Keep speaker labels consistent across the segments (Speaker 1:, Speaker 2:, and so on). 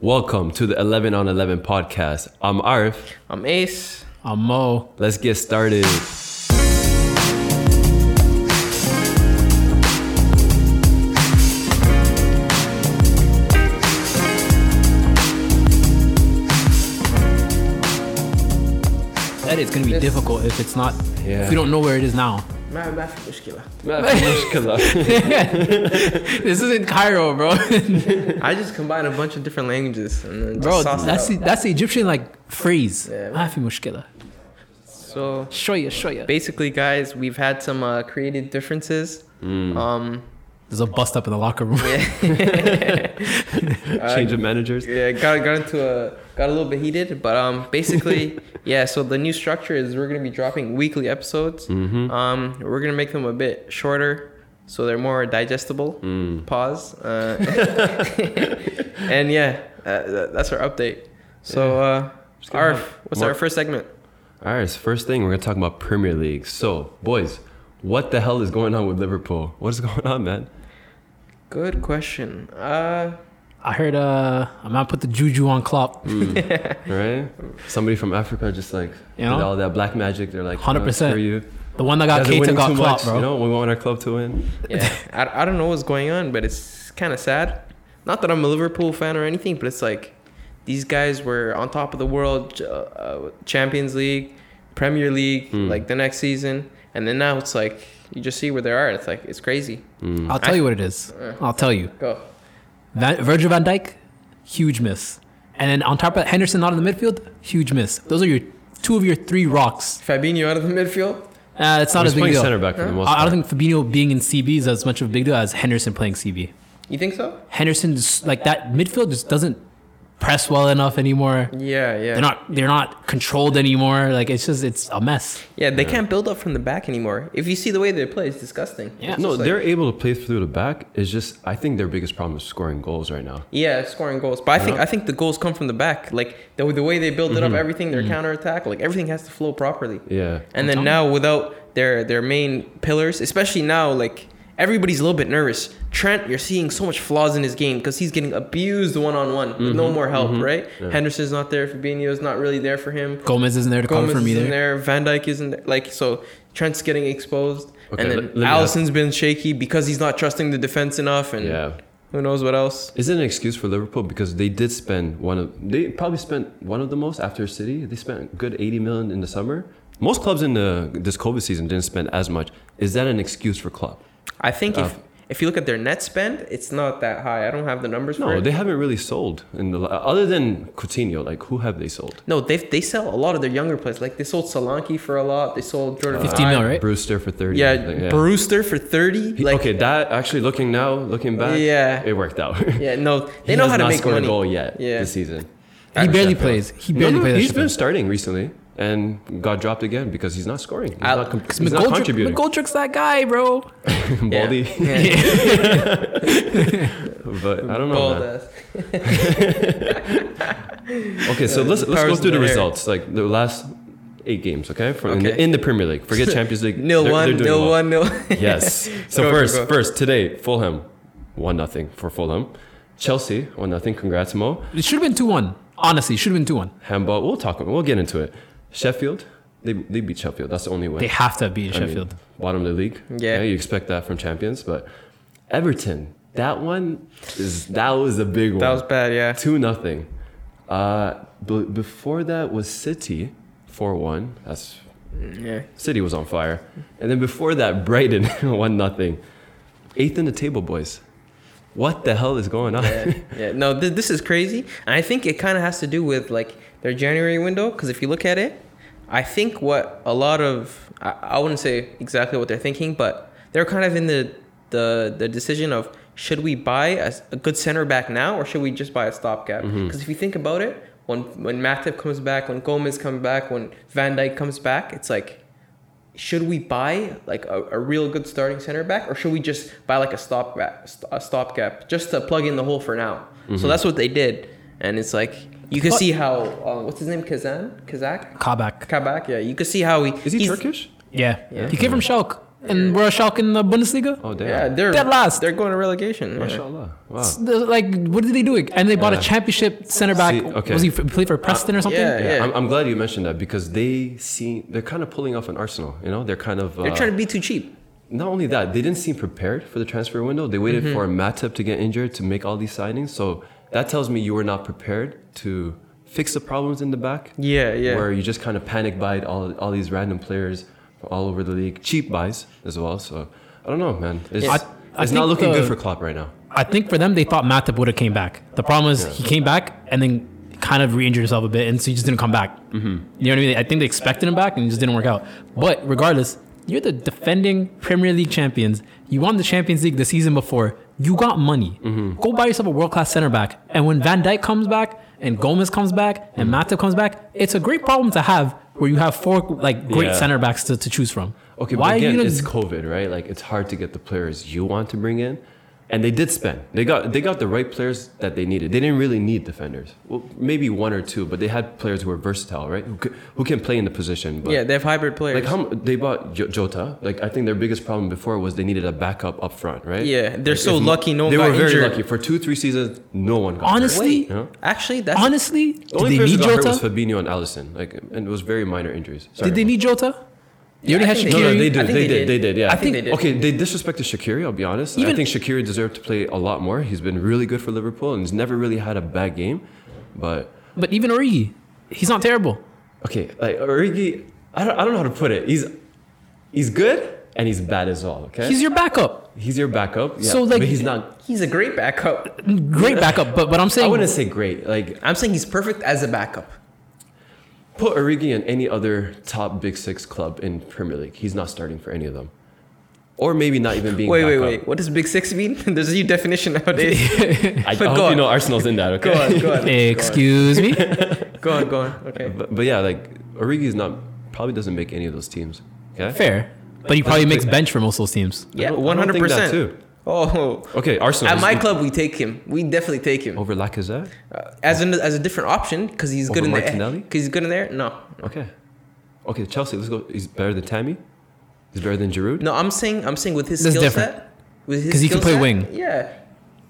Speaker 1: Welcome to the 11 on 11 podcast. I'm Arif.
Speaker 2: I'm Ace.
Speaker 3: I'm Mo.
Speaker 1: Let's get started.
Speaker 3: That is gonna be difficult if it's not.
Speaker 1: Yeah.
Speaker 3: If we don't know where it is now.
Speaker 2: ما ما في مشكلة.
Speaker 3: this is in Cairo, bro.
Speaker 2: I just combined a bunch of different languages and then just
Speaker 3: bro,
Speaker 2: sauced it
Speaker 3: that's the,
Speaker 2: up.
Speaker 3: that's the Egyptian like phrase.
Speaker 2: Yeah.
Speaker 3: ما في مشكلة.
Speaker 2: So
Speaker 3: شوية شوية.
Speaker 2: basically, guys, we've had some uh, creative differences. Um,
Speaker 3: There's a bust up in the locker room.
Speaker 1: Change of managers.
Speaker 2: yeah, got got into a got a little bit heated, but um, basically, yeah. So the new structure is we're gonna be dropping weekly episodes. Um, we're gonna make them a bit shorter. So they're more digestible. Pause. Uh, and yeah, uh, that's our update. So, uh,
Speaker 1: gonna
Speaker 2: Arf,
Speaker 1: have
Speaker 2: what's
Speaker 1: more-
Speaker 2: our first segment?
Speaker 1: All right, so first thing we're gonna talk about Premier League. So, boys, what the hell is going on with Liverpool? What is going on, man?
Speaker 2: Good question. Uh,
Speaker 3: I heard uh I'm gonna put the juju on Klopp.
Speaker 1: Right? Somebody from Africa just like
Speaker 3: You know?
Speaker 1: did all that black magic. They're like, you know,
Speaker 3: 100%.
Speaker 1: screw you.
Speaker 3: The one that
Speaker 1: You
Speaker 3: got
Speaker 1: guys are
Speaker 3: Keita
Speaker 1: winning
Speaker 3: got
Speaker 1: too
Speaker 3: Klopp,
Speaker 1: much,
Speaker 3: bro.
Speaker 1: You know, we want our club to win.
Speaker 2: yeah, I, I don't know what's going on, but it's kind of sad. Not that I'm a Liverpool fan or anything, but it's like these guys were on top of the world, uh, uh, Champions League, Premier League, like the next season, and then now it's like you just see where they are. It's like it's crazy.
Speaker 3: I'll tell you what it is. I'll tell you.
Speaker 2: Go.
Speaker 3: Van, Virgil van Dijk, huge miss. And then on top of Henderson not in the midfield, huge miss. Those are your two of your three rocks.
Speaker 2: Fabinho out of the midfield.
Speaker 3: Uh, it's not
Speaker 1: He's
Speaker 3: as big a
Speaker 1: playing
Speaker 3: deal.
Speaker 1: center back for the most
Speaker 3: I, I
Speaker 1: part.
Speaker 3: don't think Fabinho being in CB is as much of a big deal as Henderson playing CB.
Speaker 2: You think so?
Speaker 3: Henderson just like that midfield just doesn't press well enough anymore.
Speaker 2: Yeah, yeah.
Speaker 3: They're not they're not controlled anymore. Like it's just it's a mess.
Speaker 2: yeah, they can't build up from the back anymore. If you see the way they play, it's disgusting.
Speaker 3: Yeah.
Speaker 2: It's
Speaker 1: No,
Speaker 2: just like-
Speaker 1: they're able to play through the back. It's just I think their biggest problem is scoring goals right now.
Speaker 2: Yeah, scoring goals. But I think I think the goals come from the back. Like the, the way they build it up, everything their counter counterattack, like everything has to flow properly.
Speaker 1: Yeah.
Speaker 2: And then now without their their main pillars, especially now like everybody's a little bit nervous. Trent, you're seeing so much flaws in his game because he's getting abused one on one with
Speaker 1: Mm-hmm.
Speaker 2: no more help, right? Henderson's not there, Fabinho's not really there for him.
Speaker 3: Gomez isn't there to
Speaker 2: Gomez
Speaker 3: cover for me
Speaker 2: isn't
Speaker 3: there.
Speaker 2: there. Van Dyke isn't there. Like so, Trent's getting exposed,
Speaker 1: Okay,
Speaker 2: and
Speaker 1: let- let
Speaker 2: then
Speaker 1: me ask-
Speaker 2: Allison's been shaky because he's not trusting the defense enough, and
Speaker 1: Yeah.
Speaker 2: who knows what else.
Speaker 1: Is it an excuse for Liverpool because they did spend one of they probably spent one of the most after City. They spent a good 80 million in the summer. Most clubs in the this COVID season didn't spend as much. Is that an excuse for club?
Speaker 2: I
Speaker 1: Uh.
Speaker 2: think if if you look at their net spend, it's not that high. I don't have the numbers for
Speaker 1: No,
Speaker 2: it.
Speaker 1: they haven't really sold in the other than Coutinho. Like who have they sold?
Speaker 2: no, they they sell a lot of their younger players. Like they sold Solanke for a lot. They sold Jordan.
Speaker 3: 15 mil,
Speaker 2: Ayew.
Speaker 3: right?
Speaker 1: Brewster for 30.
Speaker 2: Yeah,
Speaker 1: Uh, like,
Speaker 2: Brewster for thirty.
Speaker 1: He-
Speaker 2: Like
Speaker 1: okay, that actually looking now, looking back,
Speaker 2: Yeah.
Speaker 1: it worked out.
Speaker 2: yeah, no, they
Speaker 1: He
Speaker 2: know
Speaker 1: has
Speaker 2: how to
Speaker 1: not
Speaker 2: make
Speaker 1: scored
Speaker 2: money.
Speaker 1: a goal yet
Speaker 2: Yeah.
Speaker 1: this season.
Speaker 3: He barely
Speaker 1: Sheffield.
Speaker 3: plays. He
Speaker 1: No,
Speaker 3: barely
Speaker 1: no,
Speaker 3: plays.
Speaker 1: he's
Speaker 3: at
Speaker 1: been
Speaker 3: Sheffield.
Speaker 1: starting recently and got dropped again because he's not scoring. He's
Speaker 2: I-
Speaker 1: not, com- he's not
Speaker 3: McGoldrick,
Speaker 1: contributing.
Speaker 3: McGoldrick's that guy, bro.
Speaker 2: Yeah.
Speaker 1: Baldy.
Speaker 2: Yeah.
Speaker 1: but I don't know.
Speaker 2: Bald
Speaker 1: man.
Speaker 2: ass.
Speaker 1: Okay,
Speaker 2: uh,
Speaker 1: so let's let's go
Speaker 2: Powers
Speaker 1: through the
Speaker 2: in the air.
Speaker 1: results, like the last eight games, okay, for, In, the,
Speaker 2: Okay.
Speaker 1: in the Premier League. Forget Champions League.
Speaker 2: Nil
Speaker 1: They're-
Speaker 2: one,
Speaker 1: they're doing
Speaker 2: nil
Speaker 1: well.
Speaker 2: one, nil.
Speaker 1: Yes. So
Speaker 2: Go, go,
Speaker 1: first,
Speaker 2: go.
Speaker 1: first today, Fulham, one nothing for Fulham. Chelsea, one nothing. Congrats, Mo.
Speaker 3: It should have been 2 1. Honestly, should have been 2 1.
Speaker 1: Handball. We'll talk. We'll get into it. Sheffield, they they beat Sheffield. That's the only way.
Speaker 3: They have to beat
Speaker 1: I mean,
Speaker 3: Sheffield.
Speaker 1: bottom of the league.
Speaker 2: Yeah.
Speaker 1: you expect that from champions, but Everton, that one is that was a big one.
Speaker 2: That was bad. Yeah.
Speaker 1: two nothing. Uh, but before that was City, four one. That's
Speaker 2: Yeah.
Speaker 1: City was on fire, and then before that Brighton one nothing. Eighth in the table, boys. What the hell is going on?
Speaker 2: yeah, yeah. No, th- this is crazy, and I think it kind of has to do with like their January window. Because if you look at it, I think what a lot of I, I wouldn't say exactly what they're thinking, but they're kind of in the the the decision of should we buy a, s- a good center back now or should we just buy a stopgap? Because if you think about it, when when Matip comes back, when Gomez comes back, when Van Dijk comes back, it's like should we buy like a, a real good starting center back or should we just buy like a stop a stopgap just to plug in the hole for now
Speaker 1: Mm-hmm.
Speaker 2: so that's what they did and it's like you can
Speaker 3: But-
Speaker 2: see how uh, what's his name kazan kazak
Speaker 3: Kabak.
Speaker 2: kabak yeah you can see how he
Speaker 1: Is he
Speaker 2: he's-
Speaker 1: Turkish?
Speaker 3: Yeah. He came from Schalke. and we're a Schalke in the Bundesliga.
Speaker 1: Oh damn.
Speaker 2: Yeah, they're
Speaker 3: Dead last.
Speaker 2: They're going to relegation. yeah.
Speaker 1: Mashallah. Wow.
Speaker 3: It's the- Like, what are they doing? And they bought a
Speaker 1: Yeah.
Speaker 3: championship center back.
Speaker 1: See, okay. Uh,
Speaker 3: Was he f- played for Preston or something?
Speaker 2: yeah.
Speaker 1: Yeah, I'm, I'm glad you mentioned that because they seem they're kind of pulling off an Arsenal. You know, they're kind of uh,
Speaker 2: They're trying to be too cheap.
Speaker 1: not only that they didn't seem prepared for the transfer window. They waited
Speaker 2: Mm-hmm.
Speaker 1: for Matip to get injured to make all these signings. So that tells me you were not prepared to fix the problems in the back.
Speaker 2: Yeah, yeah.
Speaker 1: Where you just kind of panic buyed all all these random players from all over the league, cheap buys as well. So I don't know, man. It's,
Speaker 3: Yeah. I- I
Speaker 1: it's not
Speaker 3: think
Speaker 1: looking good
Speaker 3: the-
Speaker 1: for Klopp right now.
Speaker 3: I think for them, they thought Matip would have came back. The problem is he came back and then kind of re-injured himself a bit, and so he just didn't come back. Mm-hmm. You know what I mean? I think they expected him back, and it just didn't work out. But regardless, you're the defending Premier League champions. You won the Champions League the season before. You got money.
Speaker 1: Mm-hmm.
Speaker 3: Go buy yourself a world-class center back. And when Van Dijk comes back, and Gomez comes back, and
Speaker 1: Mm-hmm.
Speaker 3: Matip comes back, it's a great problem to have where you have four like great
Speaker 1: Yeah.
Speaker 3: center backs to, to choose from.
Speaker 1: Okay,
Speaker 3: why
Speaker 1: but again,
Speaker 3: are you gonna
Speaker 1: it's COVID, right? Like it's hard to get the players you want to bring in, and they did spend. They got they got the right players that they needed. They didn't really need defenders. Well, maybe one or two, but they had players who were versatile, right? Who, c- who can play in the position. But
Speaker 2: Yeah, they have hybrid players.
Speaker 1: like how m- they bought Jo- Jota. Like I think their biggest problem before was they needed a backup up front, right?
Speaker 2: Yeah, they're
Speaker 1: Like,
Speaker 2: so
Speaker 1: if m-
Speaker 2: lucky no one
Speaker 1: They
Speaker 2: got
Speaker 1: were very
Speaker 2: injured.
Speaker 1: lucky for two three seasons. No one got hurt,
Speaker 3: honestly,
Speaker 1: you know?
Speaker 2: Actually, that's
Speaker 3: honestly,
Speaker 1: The
Speaker 3: did
Speaker 1: only
Speaker 3: they
Speaker 1: players who
Speaker 3: need
Speaker 1: got hurt was
Speaker 3: Jota?
Speaker 1: Fabinho and Allison. Like and it was very minor injuries. Sorry,
Speaker 3: Did they
Speaker 1: Mo.
Speaker 3: need Jota? You already
Speaker 2: I
Speaker 3: had
Speaker 2: think
Speaker 1: No, no,
Speaker 3: Shaqiri.
Speaker 1: they
Speaker 2: I
Speaker 1: did.
Speaker 2: think
Speaker 1: They
Speaker 2: they
Speaker 1: did.
Speaker 2: did.
Speaker 1: They did. Yeah,
Speaker 2: I think they did.
Speaker 1: Okay, they disrespected Shakiri. I'll be honest. I
Speaker 3: Even-
Speaker 1: think Shakiri deserved to play a lot more. He's been really good for Liverpool and he's never really had a bad game. But
Speaker 3: But even Origi, he's not terrible.
Speaker 1: okay, like Origi, I don't, I don't know how to put it. He's he's good and he's bad as well. Okay,
Speaker 3: He's
Speaker 1: he's,
Speaker 3: your backup.
Speaker 1: your backup. Yeah,
Speaker 3: So, like-
Speaker 1: but he's not.
Speaker 2: he's a great backup.
Speaker 3: Great backup. But but I'm
Speaker 1: I
Speaker 3: saying
Speaker 1: wouldn't say great. Like
Speaker 2: I'm saying he's perfect as a backup.
Speaker 1: put Origi in any other top big six club in Premier League. He's not starting for any of them, or maybe not even being.
Speaker 2: Wait, wait,
Speaker 1: backup.
Speaker 2: wait. What does Big Six mean? There's a new definition nowadays.
Speaker 1: I, I
Speaker 2: But
Speaker 1: hope
Speaker 2: go
Speaker 1: you
Speaker 2: on.
Speaker 1: know Arsenal's in that.
Speaker 2: go
Speaker 1: Okay.
Speaker 2: on, go on.
Speaker 3: excuse me.
Speaker 2: Go on, go on. Okay.
Speaker 1: But, but yeah, like Origi is not probably doesn't make any of those teams. Okay.
Speaker 3: Fair. But he probably makes bench for most of those teams.
Speaker 1: I
Speaker 2: Yeah,
Speaker 1: don't- I don't think that
Speaker 2: 100%.
Speaker 1: too.
Speaker 2: Oh.
Speaker 1: Okay, Arsenal.
Speaker 2: At
Speaker 1: is-
Speaker 2: my club, we take him. We definitely take him
Speaker 3: Oh.
Speaker 1: over Lacazette.
Speaker 2: uh, as an, as a different option because he's good
Speaker 1: Over
Speaker 2: in there.
Speaker 1: Martinelli?
Speaker 2: Because he's good in there. No,
Speaker 1: Okay. Okay, Chelsea. Let's go. He's better than Tammy. He's better than Giroud.
Speaker 2: no. I'm saying I'm saying with his
Speaker 3: That's
Speaker 2: skill
Speaker 3: different.
Speaker 2: set, with his
Speaker 3: 'Cause he can
Speaker 2: skill
Speaker 3: play
Speaker 2: set,
Speaker 3: wing.
Speaker 2: Yeah,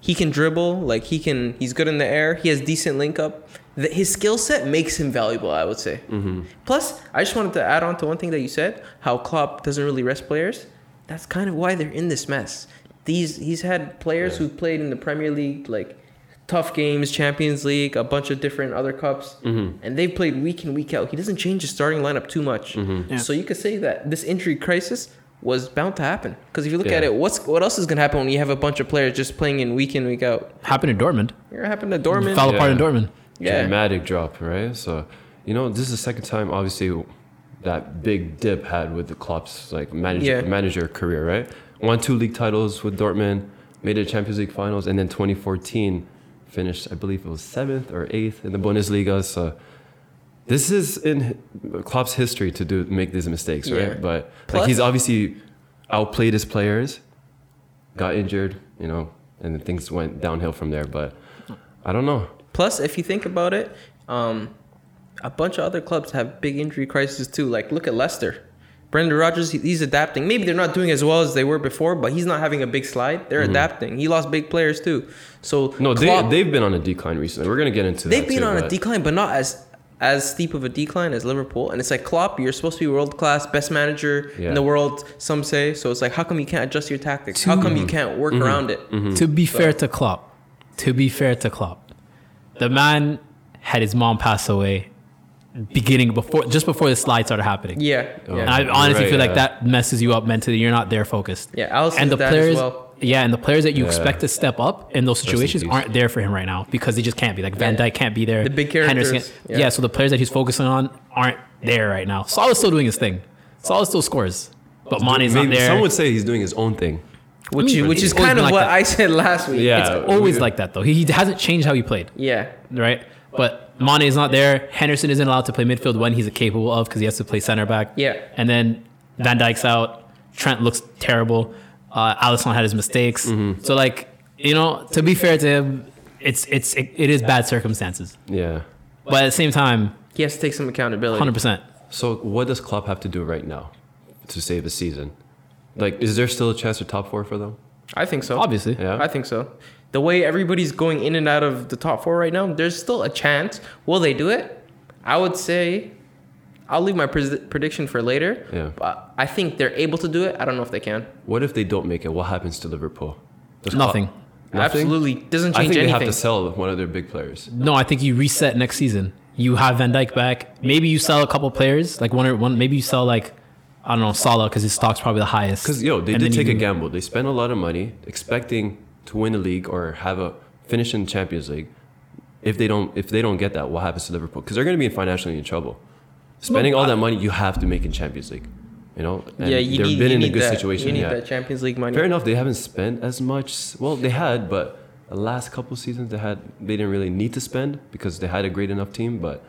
Speaker 2: he can dribble. Like he can. He's good in the air. He has decent link up. The, his skill set makes him valuable. I would say.
Speaker 3: Mm-hmm.
Speaker 2: Plus, I just wanted to add on to one thing that you said. How Klopp doesn't really rest players. That's kind of why they're in this mess. These he's had players
Speaker 1: Yeah.
Speaker 2: who played in the Premier League like. Tough games, Champions League, a bunch of different other cups,
Speaker 1: Mm-hmm.
Speaker 2: and they've played week in, week out. He doesn't change his starting lineup too much.
Speaker 1: Mm-hmm.
Speaker 3: Yeah.
Speaker 2: So you could say that this injury crisis was bound to happen. Because if you look
Speaker 1: Yeah.
Speaker 2: at it, what's what else is gonna happen when you have a bunch of players just playing in week in week out?
Speaker 3: Happened in Dortmund.
Speaker 2: You're gonna happen to Dorman.
Speaker 3: Fell apart in
Speaker 1: Yeah.
Speaker 3: Dortmund.
Speaker 2: yeah.
Speaker 1: Dramatic drop, right? So, you know, this is the second time, obviously, that big dip had with the Klopp's like manager
Speaker 2: Yeah.
Speaker 1: manager career, right? Won two league titles with Dortmund, made it to Champions League finals, and then 2014 finished, I believe it was seventh or eighth in the Bundesliga. So. This is in Klopp's history to do make these mistakes,
Speaker 2: Yeah.
Speaker 1: right? But like
Speaker 2: Plus-
Speaker 1: he's obviously outplayed his players, got injured, you know, and then things went downhill from there. But I don't know.
Speaker 2: Plus, if you think about it, um, a bunch of other clubs have big injury crises too. Like look at Leicester. Brendan Rodgers, he- he's adapting. Maybe they're not doing as well as they were before, but he's not having a big slide. They're adapting. He lost big players too. So
Speaker 1: Mm-hmm. No,
Speaker 2: Klopp-
Speaker 1: they, they've been on a decline recently. We're going to get into
Speaker 2: They've
Speaker 1: that.
Speaker 2: been
Speaker 1: too,
Speaker 2: on a
Speaker 1: but-
Speaker 2: decline, but not as as steep of a decline as Liverpool. And it's like Klopp, you're supposed to be world class, best manager
Speaker 1: Yeah.
Speaker 2: in the world. Some say so. It's like how come you can't adjust your tactics? How come you can't
Speaker 1: Mm-hmm.
Speaker 2: work around it?
Speaker 3: To be fair to Klopp, to be fair to Klopp, the man had his mom pass away beginning before just before the slide started happening.
Speaker 2: Yeah,
Speaker 1: Oh.
Speaker 2: yeah.
Speaker 3: And I
Speaker 1: You're
Speaker 3: honestly
Speaker 1: right,
Speaker 3: feel like
Speaker 1: yeah.
Speaker 3: that messes you up mentally. You're not there focused.
Speaker 2: Yeah, Alisson
Speaker 3: and the
Speaker 2: did that as
Speaker 3: players,
Speaker 2: well.
Speaker 3: yeah, and the players that you
Speaker 1: Yeah.
Speaker 3: expect to step up in those
Speaker 1: in
Speaker 3: situations
Speaker 1: peace.
Speaker 3: aren't there for him right now because they just can't be. Like Van
Speaker 2: Yeah.
Speaker 3: Dyke can't be there.
Speaker 2: The big
Speaker 3: Henderson,
Speaker 2: characters,
Speaker 3: yeah.
Speaker 2: yeah.
Speaker 3: So the players that he's focusing on aren't there right now. Salah's still doing his thing. Salah's still scores, but Mane's
Speaker 1: Maybe-
Speaker 3: not there.
Speaker 1: Some would say he's doing his own thing.
Speaker 2: which
Speaker 3: I mean,
Speaker 2: which
Speaker 3: it's
Speaker 2: is
Speaker 3: always
Speaker 2: kind
Speaker 3: been
Speaker 2: of
Speaker 3: like
Speaker 2: what
Speaker 3: that.
Speaker 2: I said last week.
Speaker 1: Yeah.
Speaker 3: it's always
Speaker 1: we-
Speaker 3: like that though. He, he hasn't changed how he played,
Speaker 2: yeah.
Speaker 3: right? But Mane is not there. Henderson isn't allowed to play midfield when he's capable of because he has to play center back.
Speaker 2: Yeah.
Speaker 3: And then Van Dyke's out. Trent looks terrible. Uh, Alisson had his mistakes.
Speaker 1: Mm-hmm.
Speaker 3: So like you know, to be fair to him, it's it's it, it is bad circumstances.
Speaker 1: Yeah.
Speaker 3: But at the same time,
Speaker 2: He has to take some accountability.
Speaker 3: hundred percent.
Speaker 1: So what does Klopp have to do right now to save his season? Like, is there still a chance for top four for them?
Speaker 2: I think so.
Speaker 3: Obviously.
Speaker 1: Yeah.
Speaker 2: I think so. The way everybody's going in and out of the top four right now, there's still a chance. Will they do it? I would say I'll leave my pres- prediction for later.
Speaker 1: Yeah.
Speaker 2: But I think they're able to do it. I don't know if they can.
Speaker 1: What if they don't make it? What happens to Liverpool? Does Klopp-
Speaker 3: Nothing.
Speaker 1: Nothing?
Speaker 2: Absolutely doesn't
Speaker 1: I think
Speaker 2: change
Speaker 1: they
Speaker 2: anything.
Speaker 1: have to sell one of their big players.
Speaker 3: No, I think you reset next season. You have Van Dyke back. Maybe you sell a couple players, like one or one. Maybe you sell like I don't know Salah because his stock's probably the highest.
Speaker 1: Because yo, they
Speaker 3: And
Speaker 1: did
Speaker 3: then you
Speaker 1: take a
Speaker 3: can-
Speaker 1: gamble. They spent a lot of money expecting to win a league or have a finish in Champions League. If they don't, if they don't get that, what happens to Liverpool? Because they're going to be financially in trouble. Spending all that money, you have to make in Champions League. You know, and
Speaker 2: yeah, you
Speaker 1: they've
Speaker 2: need,
Speaker 1: been
Speaker 2: you
Speaker 1: in
Speaker 2: need
Speaker 1: a good
Speaker 2: that,
Speaker 1: situation.
Speaker 2: You need
Speaker 1: yeah.
Speaker 2: that Champions League money.
Speaker 1: Fair enough. They haven't spent as much. Well, they had, but the last couple seasons they had, they didn't really need to spend because they had a great enough team. But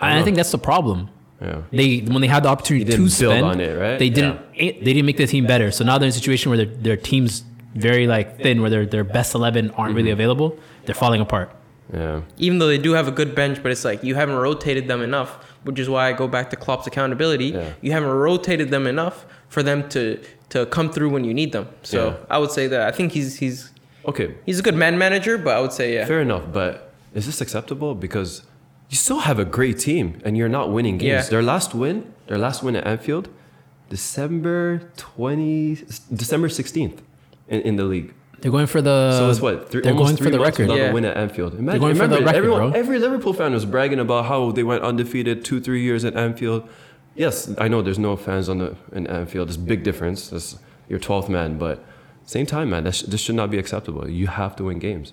Speaker 3: And I think that's the problem.
Speaker 1: yeah,
Speaker 3: They when they had the opportunity
Speaker 1: They didn't
Speaker 3: to
Speaker 1: build
Speaker 3: spend,
Speaker 1: on it, right?
Speaker 3: they
Speaker 1: Yeah.
Speaker 3: didn't. They didn't make the team better. So now they're in a situation where their their team's very like thin, where their their best eleven aren't
Speaker 1: Mm-hmm.
Speaker 3: really available. They're falling apart.
Speaker 1: yeah.
Speaker 2: Even though they do have a good bench, but it's like you haven't rotated them enough, which is why I go back to Klopp's accountability.
Speaker 1: Yeah.
Speaker 2: You haven't rotated them enough for them to to come through when you need them. So
Speaker 1: Yeah.
Speaker 2: I would say that I think he's he's
Speaker 1: Okay,
Speaker 2: He's a good man manager, but I would say yeah.
Speaker 1: Fair enough, but is this acceptable? Because you still have a great team and you're not winning games.
Speaker 2: Yeah.
Speaker 1: Their last win, their last win at Anfield, December twenty, December sixteenth, in, in the league.
Speaker 3: They're going for the.
Speaker 1: So it's what three,
Speaker 3: Uh, they're
Speaker 1: almost
Speaker 3: going
Speaker 1: three
Speaker 3: for the
Speaker 1: months
Speaker 3: record.
Speaker 1: without a
Speaker 2: Yeah.
Speaker 1: win at Anfield. Imagine,
Speaker 3: going for
Speaker 1: remember,
Speaker 3: the record,
Speaker 1: everyone,
Speaker 3: bro.
Speaker 1: every Liverpool fan was bragging about how they went undefeated two, three years at Anfield. Yes, I know there's no fans on the in Anfield. It's a big difference. That's your 12th man, but same time, man, that sh- this should not be acceptable. You have to win games.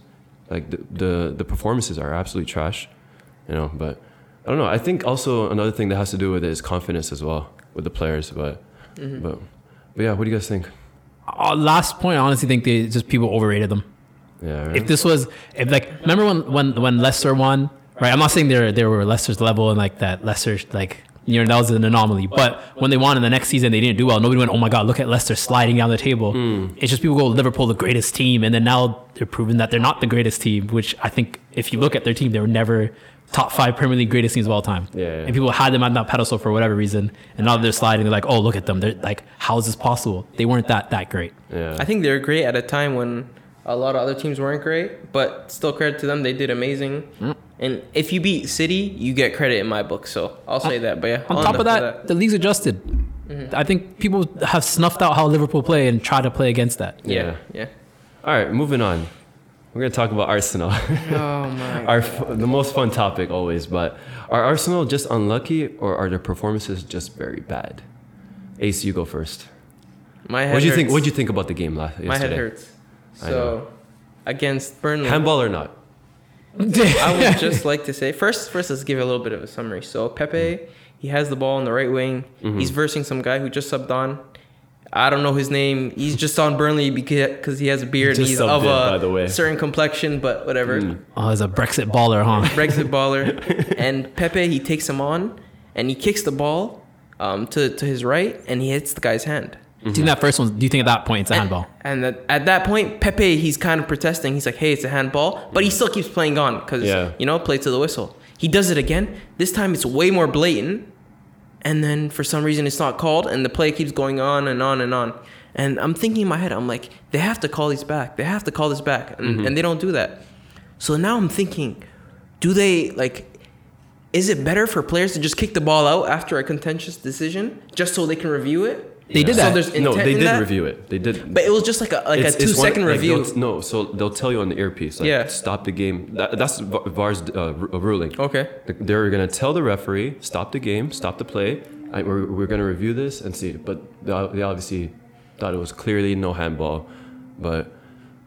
Speaker 1: Like the, the the performances are absolutely trash, you know. But I don't know. I think also another thing that has to do with it is confidence as well with the players. But but but yeah, what do you guys think?
Speaker 3: Uh, last point, I honestly think they just people overrated them.
Speaker 1: Yeah, right?
Speaker 3: If this was, if like, remember when when when Leicester won, right? I'm not saying they were they were Leicester's level and like that Leicester like you know that was an anomaly. But when they won in the next season, they didn't do well. Nobody went, oh my god, look at Leicester sliding down the table.
Speaker 1: Hmm.
Speaker 3: It's just people go Liverpool the greatest team, and then now they're proving that they're not the greatest team. Which I think if you look at their team, they were never top five Premier League greatest teams of all time.
Speaker 1: Yeah, yeah.
Speaker 3: And people had them on that pedestal for whatever reason, and now they're sliding. They're like, oh look at them. They're like, how is this possible? They weren't that that great.
Speaker 1: yeah.
Speaker 2: I think they were great at a time when a lot of other teams weren't great, but still credit to them, they did amazing.
Speaker 1: Mm.
Speaker 2: And if you beat City, you get credit in my book. So I'll say that. But yeah,
Speaker 3: On
Speaker 2: I'll
Speaker 3: top
Speaker 2: end
Speaker 3: of
Speaker 2: up
Speaker 3: that,
Speaker 2: with
Speaker 3: the league's adjusted. I think people have snuffed out how Liverpool play and try to play against that.
Speaker 2: yeah, yeah.
Speaker 1: All right, moving on. We're going to talk about Arsenal.
Speaker 2: Oh my.
Speaker 1: Our f- the most fun topic always, but are Arsenal just unlucky or are their performances just very bad? Ace, you go first.
Speaker 2: My head
Speaker 1: What do you think?
Speaker 2: hurts.
Speaker 1: What do you think about the game last yesterday?
Speaker 2: My head hurts.
Speaker 1: I know.
Speaker 2: So against Burnley,
Speaker 1: Handball or not?
Speaker 2: I would just like to say first, first let's give a little bit of a summary. So
Speaker 1: Mm.
Speaker 2: Pepe, he has the ball on the right wing.
Speaker 1: Mm-hmm.
Speaker 2: He's versing some guy who just subbed on. I don't know his name. He's just on Burnley because he has a beard.
Speaker 1: Just
Speaker 2: He's
Speaker 1: subbed
Speaker 2: of
Speaker 1: in,
Speaker 2: a
Speaker 1: by the way. Mm.
Speaker 2: certain complexion, but whatever.
Speaker 3: Oh, he's a Brexit baller, huh?
Speaker 2: Brexit baller. And Pepe, he takes him on and he kicks the ball um, to, to his right and he hits the guy's hand.
Speaker 3: Do you think that first one? Do you think at that point it's a handball?
Speaker 2: And that, at that point, Pepe, he's kind of protesting. He's like, hey, it's a handball. But he
Speaker 3: Mm.
Speaker 2: still keeps playing on because,
Speaker 1: Yeah.
Speaker 2: you know, play to the whistle. He does it again. This time it's way more blatant. And then for some reason it's not called and the play keeps going on and on and on. And I'm thinking in my head, I'm like, they have to call these back. They have to call this back. And,
Speaker 3: Mm-hmm.
Speaker 2: and they don't do that. So now I'm thinking, do they, like, is it better for players to just kick the ball out after a contentious decision just so they can review it?
Speaker 3: They did
Speaker 2: So
Speaker 3: that.
Speaker 2: there's
Speaker 1: No,
Speaker 2: intent
Speaker 1: they
Speaker 2: in
Speaker 1: did
Speaker 2: that?
Speaker 1: review it. They did.
Speaker 2: But it was just like a like a two
Speaker 1: one-
Speaker 2: second
Speaker 1: like,
Speaker 2: review.
Speaker 1: they'll t- no, so they'll tell you on the earpiece. Like,
Speaker 2: Yeah.
Speaker 1: Stop the game. That, that's V- VAR's uh, r- ruling.
Speaker 2: okay.
Speaker 1: They're gonna tell the referee stop the game, stop the play. I, we're, we're gonna review this and see. But they ob- they obviously thought it was clearly no handball. But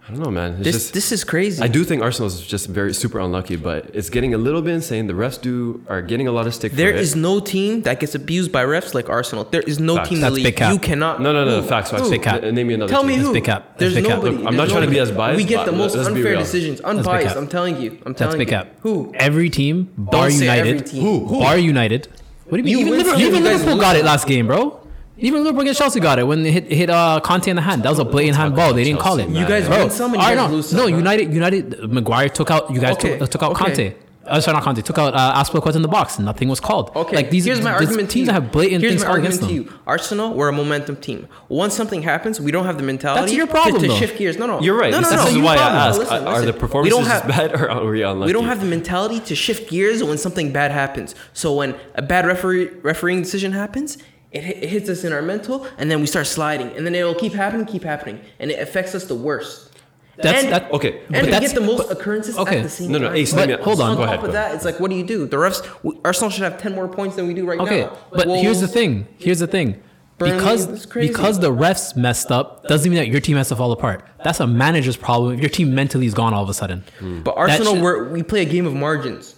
Speaker 1: I don't know, man. It's
Speaker 2: This
Speaker 1: just,
Speaker 2: this is crazy.
Speaker 1: I do think Arsenal is just very super unlucky, but it's getting a little bit insane. The refs do are getting a lot of stick.
Speaker 2: there
Speaker 1: for it.
Speaker 2: is no team that gets abused by refs like Arsenal. There is no
Speaker 1: Facts.
Speaker 2: team in the
Speaker 3: That's big
Speaker 2: league.
Speaker 3: cap.
Speaker 2: You cannot.
Speaker 1: no, no, no.
Speaker 2: Who?
Speaker 1: Facts, facts.
Speaker 3: Big cap.
Speaker 1: N- Name me another.
Speaker 2: Tell
Speaker 1: team.
Speaker 2: me who.
Speaker 3: big cap. That's
Speaker 2: There's
Speaker 3: big cap.
Speaker 2: nobody.
Speaker 1: Look, I'm
Speaker 2: There's
Speaker 1: not trying to be
Speaker 2: nobody.
Speaker 1: as biased,
Speaker 2: We get the
Speaker 1: but
Speaker 2: most
Speaker 1: let's be
Speaker 2: unfair
Speaker 1: real.
Speaker 2: decisions.
Speaker 3: big
Speaker 2: Unbiased.
Speaker 3: cap.
Speaker 2: I'm telling you. I'm
Speaker 3: That's
Speaker 2: telling
Speaker 3: big
Speaker 2: you.
Speaker 3: cap.
Speaker 2: Who?
Speaker 3: Every team, bar
Speaker 2: say every
Speaker 3: United.
Speaker 2: team. Who? Who?
Speaker 3: Bar United. What do you mean?
Speaker 2: You
Speaker 3: even
Speaker 2: win-
Speaker 3: Liverpool,
Speaker 2: you
Speaker 3: even
Speaker 2: guys
Speaker 3: Liverpool
Speaker 2: lose.
Speaker 3: got it last game, bro. Even Liverpool against Chelsea got it when they hit hit uh, Conte in the hand. That was a blatant handball. They didn't call it.
Speaker 1: Chelsea, You man. guys
Speaker 3: Bro,
Speaker 2: win some and you
Speaker 3: all right,
Speaker 2: guys
Speaker 3: no,
Speaker 2: lose
Speaker 3: no,
Speaker 2: some, huh?
Speaker 3: United, United, Maguire took out. You guys
Speaker 2: Okay,
Speaker 3: took, took out
Speaker 2: okay.
Speaker 3: Conte. uh, sorry, not Conte. Took out uh, Aspilicueta in the box. Nothing was called.
Speaker 2: Okay.
Speaker 3: like these
Speaker 2: here's my
Speaker 3: these
Speaker 2: argument
Speaker 3: teams
Speaker 2: to you.
Speaker 3: that have blatant
Speaker 2: here's
Speaker 3: things
Speaker 2: my
Speaker 3: called
Speaker 2: argument
Speaker 3: against them.
Speaker 2: to you. Arsenal, we're a momentum team. Once something happens, we don't have the mentality.
Speaker 3: your
Speaker 2: to-
Speaker 3: problem,
Speaker 2: To,
Speaker 3: though.
Speaker 2: shift gears. No, no.
Speaker 1: You're right.
Speaker 2: No, no,
Speaker 1: this
Speaker 2: no.
Speaker 1: is
Speaker 2: your
Speaker 1: why
Speaker 2: problem.
Speaker 1: I ask:
Speaker 2: Listen,
Speaker 1: Are
Speaker 2: listen.
Speaker 1: the performances
Speaker 2: We don't have.
Speaker 1: bad or are we unlucky?
Speaker 2: We don't have the mentality to shift gears when something bad happens. So when a bad referee refereeing decision happens, it, hi- it hits us in our mental, and then we start sliding, and then it'll keep happening, keep happening, and it affects us the worst.
Speaker 3: That's-
Speaker 2: and,
Speaker 3: that-
Speaker 1: okay, but
Speaker 2: And we
Speaker 3: that's-
Speaker 2: get the most
Speaker 3: but-
Speaker 2: occurrences
Speaker 3: okay.
Speaker 2: at the same
Speaker 1: No, no,
Speaker 2: time.
Speaker 1: Ace,
Speaker 3: But
Speaker 1: let me-
Speaker 3: hold on,
Speaker 2: on
Speaker 3: go
Speaker 2: top
Speaker 1: ahead,
Speaker 2: of
Speaker 1: go
Speaker 2: that, it's like, what do you do? The refs, we, Arsenal should have ten more points than we do right
Speaker 3: Okay,
Speaker 2: now.
Speaker 3: but
Speaker 2: Well,
Speaker 3: here's the thing. Here's the thing.
Speaker 2: Burnley
Speaker 3: Because
Speaker 2: was crazy.
Speaker 3: because the refs messed up doesn't mean that your team has to fall apart. That's a manager's problem. If your team mentally is gone all of a sudden,
Speaker 2: But Arsenal,
Speaker 3: should-
Speaker 2: we're, we play a game of margins.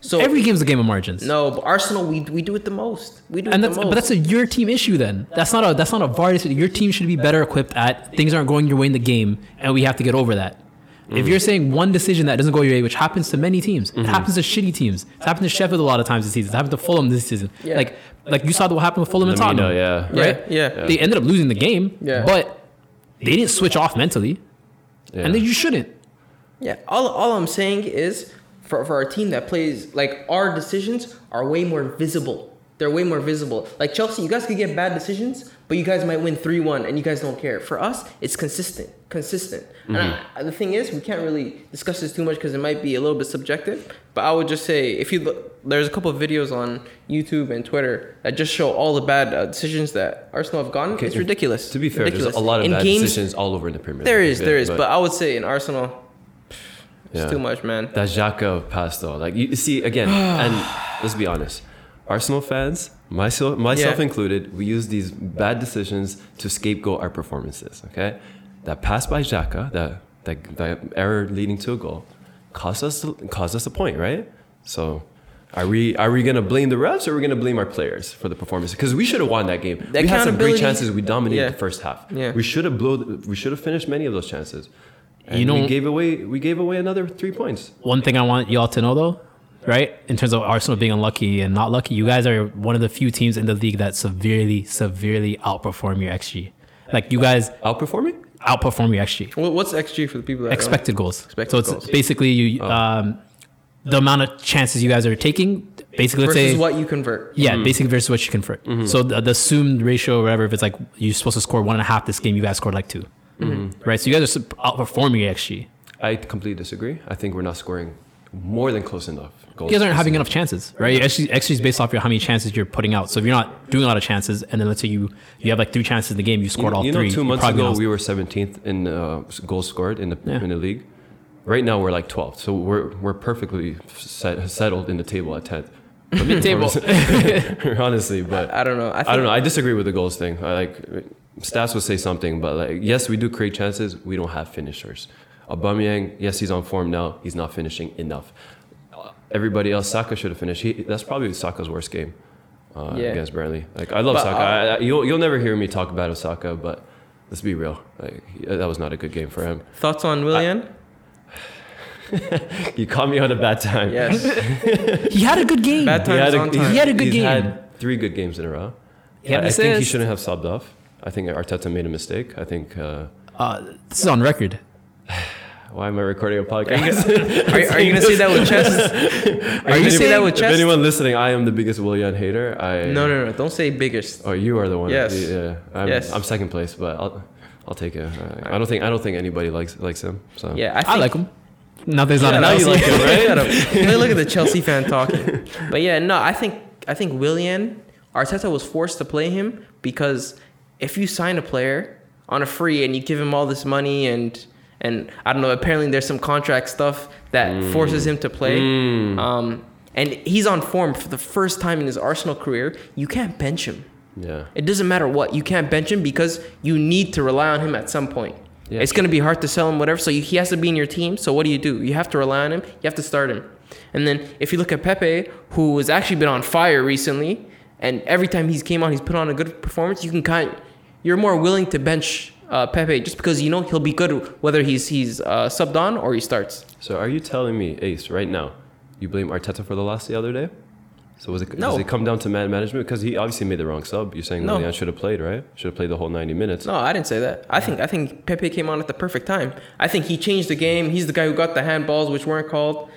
Speaker 2: So
Speaker 3: every game's a game of margins.
Speaker 2: no, but Arsenal, we we do it the most. We do it
Speaker 3: and that's
Speaker 2: the most.
Speaker 3: but that's a your team issue. Then that's not a that's not a VAR issue. Your team should be better equipped at things aren't going your way in the game, and we have to get over that. If
Speaker 2: Hmm.
Speaker 3: you're saying one decision that doesn't go your way, which happens to many teams, it happens to shitty teams. It's happened to Sheffield a lot of times this season. It's happened to Fulham this season.
Speaker 2: Yeah.
Speaker 3: Like like you saw what happened with Fulham and
Speaker 1: Lamina,
Speaker 3: Tottenham.
Speaker 1: yeah.
Speaker 2: Yeah,
Speaker 3: right?
Speaker 2: yeah. Yeah.
Speaker 3: They ended up losing the game,
Speaker 2: Yeah.
Speaker 3: but they didn't switch off mentally,
Speaker 1: Yeah.
Speaker 3: and then you shouldn't.
Speaker 2: yeah. All all I'm saying is for for our team that plays like our decisions are way more visible. They're way more visible. Like Chelsea, you guys could get bad decisions, but you guys might win three one, and you guys don't care. For us, it's consistent, consistent. And
Speaker 1: Mm-hmm.
Speaker 2: I, the thing is, we can't really discuss this too much because it might be a little bit subjective. But I would just say, if you look, there's a couple of videos on YouTube and Twitter that just show all the bad uh, decisions that Arsenal have gotten. it's ridiculous.
Speaker 1: to be fair,
Speaker 2: ridiculous.
Speaker 1: there's a lot of
Speaker 2: In
Speaker 1: bad
Speaker 2: games-
Speaker 1: decisions all over in the Premier League.
Speaker 2: There is,
Speaker 1: Yeah,
Speaker 2: there is, but, I would say in Arsenal, it's
Speaker 1: Yeah.
Speaker 2: too much, man.
Speaker 1: that Xhaka pass though, like you see again, and let's be honest, Arsenal fans, myself, myself
Speaker 2: Yeah.
Speaker 1: included, we use these bad decisions to scapegoat our performances. Okay, that pass by Xhaka, that that, that error leading to a goal, cost us cost us a point, right? So. Are we are we gonna blame the refs or are we gonna blame our players for the performance? Because we should have won that game.
Speaker 2: The
Speaker 1: we had some great
Speaker 2: accountability-
Speaker 1: chances. We dominated
Speaker 2: Yeah.
Speaker 1: the first half.
Speaker 2: Yeah.
Speaker 1: We should have blow. We should have finished many of those chances. And
Speaker 3: You know-
Speaker 1: we gave away we gave away another three points.
Speaker 3: One thing I want y'all to know though, right? In terms of Arsenal being unlucky and not lucky, you guys are one of the few teams in the league that severely, severely outperform your XG. Like you guys
Speaker 1: Outperforming?
Speaker 3: outperform your XG.
Speaker 2: Wha- What's XG for the people that don't-
Speaker 3: expected goals.
Speaker 2: Expected
Speaker 3: so it's
Speaker 2: goals.
Speaker 3: basically you um, the amount of chances you guys are taking. Basically, let's
Speaker 2: versus
Speaker 3: say
Speaker 2: what you convert?
Speaker 3: yeah,
Speaker 1: Mm-hmm.
Speaker 3: basically versus what you convert. So the, the assumed ratio, or whatever, if it's like you're supposed to score one and a half this game, you guys scored like 2
Speaker 1: Mm-hmm.
Speaker 3: right? So you guys are sup- outperforming your XG.
Speaker 1: I completely disagree. I think we're not scoring more than close enough goals.
Speaker 3: You guys aren't having enough chances, right? Your XG, XG is based off your how many chances you're putting out. So if you're not doing a lot of chances, and then let's say you you have like three chances in the game, you
Speaker 1: You,
Speaker 3: scored all
Speaker 1: you know,
Speaker 3: three.
Speaker 1: two
Speaker 3: you're
Speaker 1: months
Speaker 3: probably
Speaker 1: ago
Speaker 3: gonna-
Speaker 1: we were 17th in uh, s- goals scored in the
Speaker 3: Yeah.
Speaker 1: in the league. Right now we're like 12th, so we're we're perfectly set, settled in the table at 10th.
Speaker 3: mid-table.
Speaker 1: Honestly, but
Speaker 2: I don't know. I, think,
Speaker 1: I don't know. I disagree with the goals thing. I like stats would say something, but like yes, we do create chances. We don't have finishers. Aubameyang, yes, he's on form now. He's not finishing enough. Uh, Everybody else, Saka should have finished. He, that's probably Saka's worst game uh,
Speaker 2: Yeah.
Speaker 1: against Burnley. Like I love
Speaker 2: But,
Speaker 1: Saka.
Speaker 2: uh,
Speaker 1: I, I, you'll you'll never hear me talk about Osaka, but let's be real. Like he- that was not a good game for him.
Speaker 2: Thoughts on Willian?
Speaker 1: You caught me on a bad time.
Speaker 2: Yes.
Speaker 3: he had a good game.
Speaker 2: Bad
Speaker 1: He
Speaker 2: time.
Speaker 1: had,
Speaker 2: Time's
Speaker 1: a,
Speaker 2: on
Speaker 1: he's-
Speaker 2: time.
Speaker 3: He had a good
Speaker 1: he's
Speaker 3: game.
Speaker 1: had three good games in a row.
Speaker 3: He had
Speaker 1: I, I think he
Speaker 3: assists.
Speaker 1: shouldn't have subbed off. I think Arteta made a mistake. I think. Uh,
Speaker 3: Uh, this is on record.
Speaker 1: Why am I recording a podcast?
Speaker 2: Are, you- are you gonna say that with chest? Are you
Speaker 1: If
Speaker 2: gonna say that
Speaker 1: anyone-
Speaker 2: with
Speaker 1: If
Speaker 2: chest?
Speaker 1: anyone listening, I am the biggest Willian hater. I
Speaker 2: No, no, no. Don't say biggest.
Speaker 1: Oh, you are the one.
Speaker 2: Yes.
Speaker 1: Yeah. I'm,
Speaker 2: Yes.
Speaker 1: I'm second place, but I'll, I'll take it. I, I don't think I don't think anybody likes likes him. So
Speaker 2: Yeah, I, think,
Speaker 3: I like him. Now there's not
Speaker 2: Yeah,
Speaker 3: an
Speaker 1: now you
Speaker 3: else.
Speaker 1: like him, right?
Speaker 2: Shut up. Hey, look at the Chelsea fan talking. But yeah, no, I think I think Willian Arteta was forced to play him because if you sign a player on a free and you give him all this money and and I don't know, apparently there's some contract stuff that
Speaker 3: Mm.
Speaker 2: forces him to play. Um, and he's on form for the first time in his Arsenal career. You can't bench him.
Speaker 1: Yeah.
Speaker 2: It doesn't matter what. You can't bench him because you need to rely on him at some point.
Speaker 1: Yeah.
Speaker 2: It's going to be hard to sell him, whatever. So you, he has to be in your team. So what do you do? You have to rely on him. You have to start him. And then if you look at Pepe, who has actually been on fire recently, and every time he's came on, he's put on a good performance. You can kind, you're more willing to bench uh, Pepe just because you know he'll be good whether he's he's uh, subbed on or he starts.
Speaker 1: So are you telling me, Ace, right now, you blame Arteta for the loss the other day? So was it,
Speaker 2: No.
Speaker 1: does it come down to man management? Because he obviously made the wrong sub. You're saying
Speaker 2: No.
Speaker 1: Leon should have played, right? Should have played the whole 90 minutes.
Speaker 2: No, I didn't say that. I think I think Pepe came on at the perfect time. I think he changed the game. He's the guy who got the handballs, which weren't called.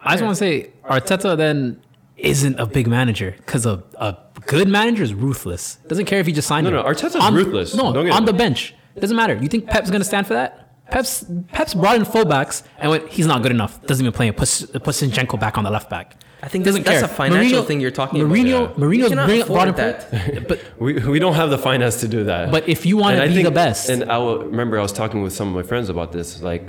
Speaker 3: I just want to say Arteta then isn't a big manager because a, a good manager is ruthless. Doesn't care if you just signed
Speaker 1: No,
Speaker 3: him.
Speaker 1: no, Arteta's
Speaker 3: On-
Speaker 1: ruthless.
Speaker 3: No,
Speaker 1: Don't get
Speaker 3: on
Speaker 1: it.
Speaker 3: the bench. It doesn't matter. You think Pep's going to stand for that? Pep's Pep's brought in fullbacks and went, he's not good enough. Doesn't even play him. Puts, puts Zinchenko back on the left back.
Speaker 2: I think
Speaker 3: doesn't
Speaker 2: that's-
Speaker 3: care.
Speaker 2: that's a financial thing you're talking about.
Speaker 3: Mourinho,
Speaker 1: Yeah.
Speaker 2: You
Speaker 3: Mourinho's
Speaker 2: cannot
Speaker 3: bring,
Speaker 2: afford
Speaker 3: brought in
Speaker 2: that.
Speaker 3: But
Speaker 1: We, we don't have the finance to do that.
Speaker 3: But if you wanna
Speaker 1: And I
Speaker 3: be
Speaker 1: think-
Speaker 3: the best-
Speaker 1: and I will, remember I was talking with some of my friends about this. Like,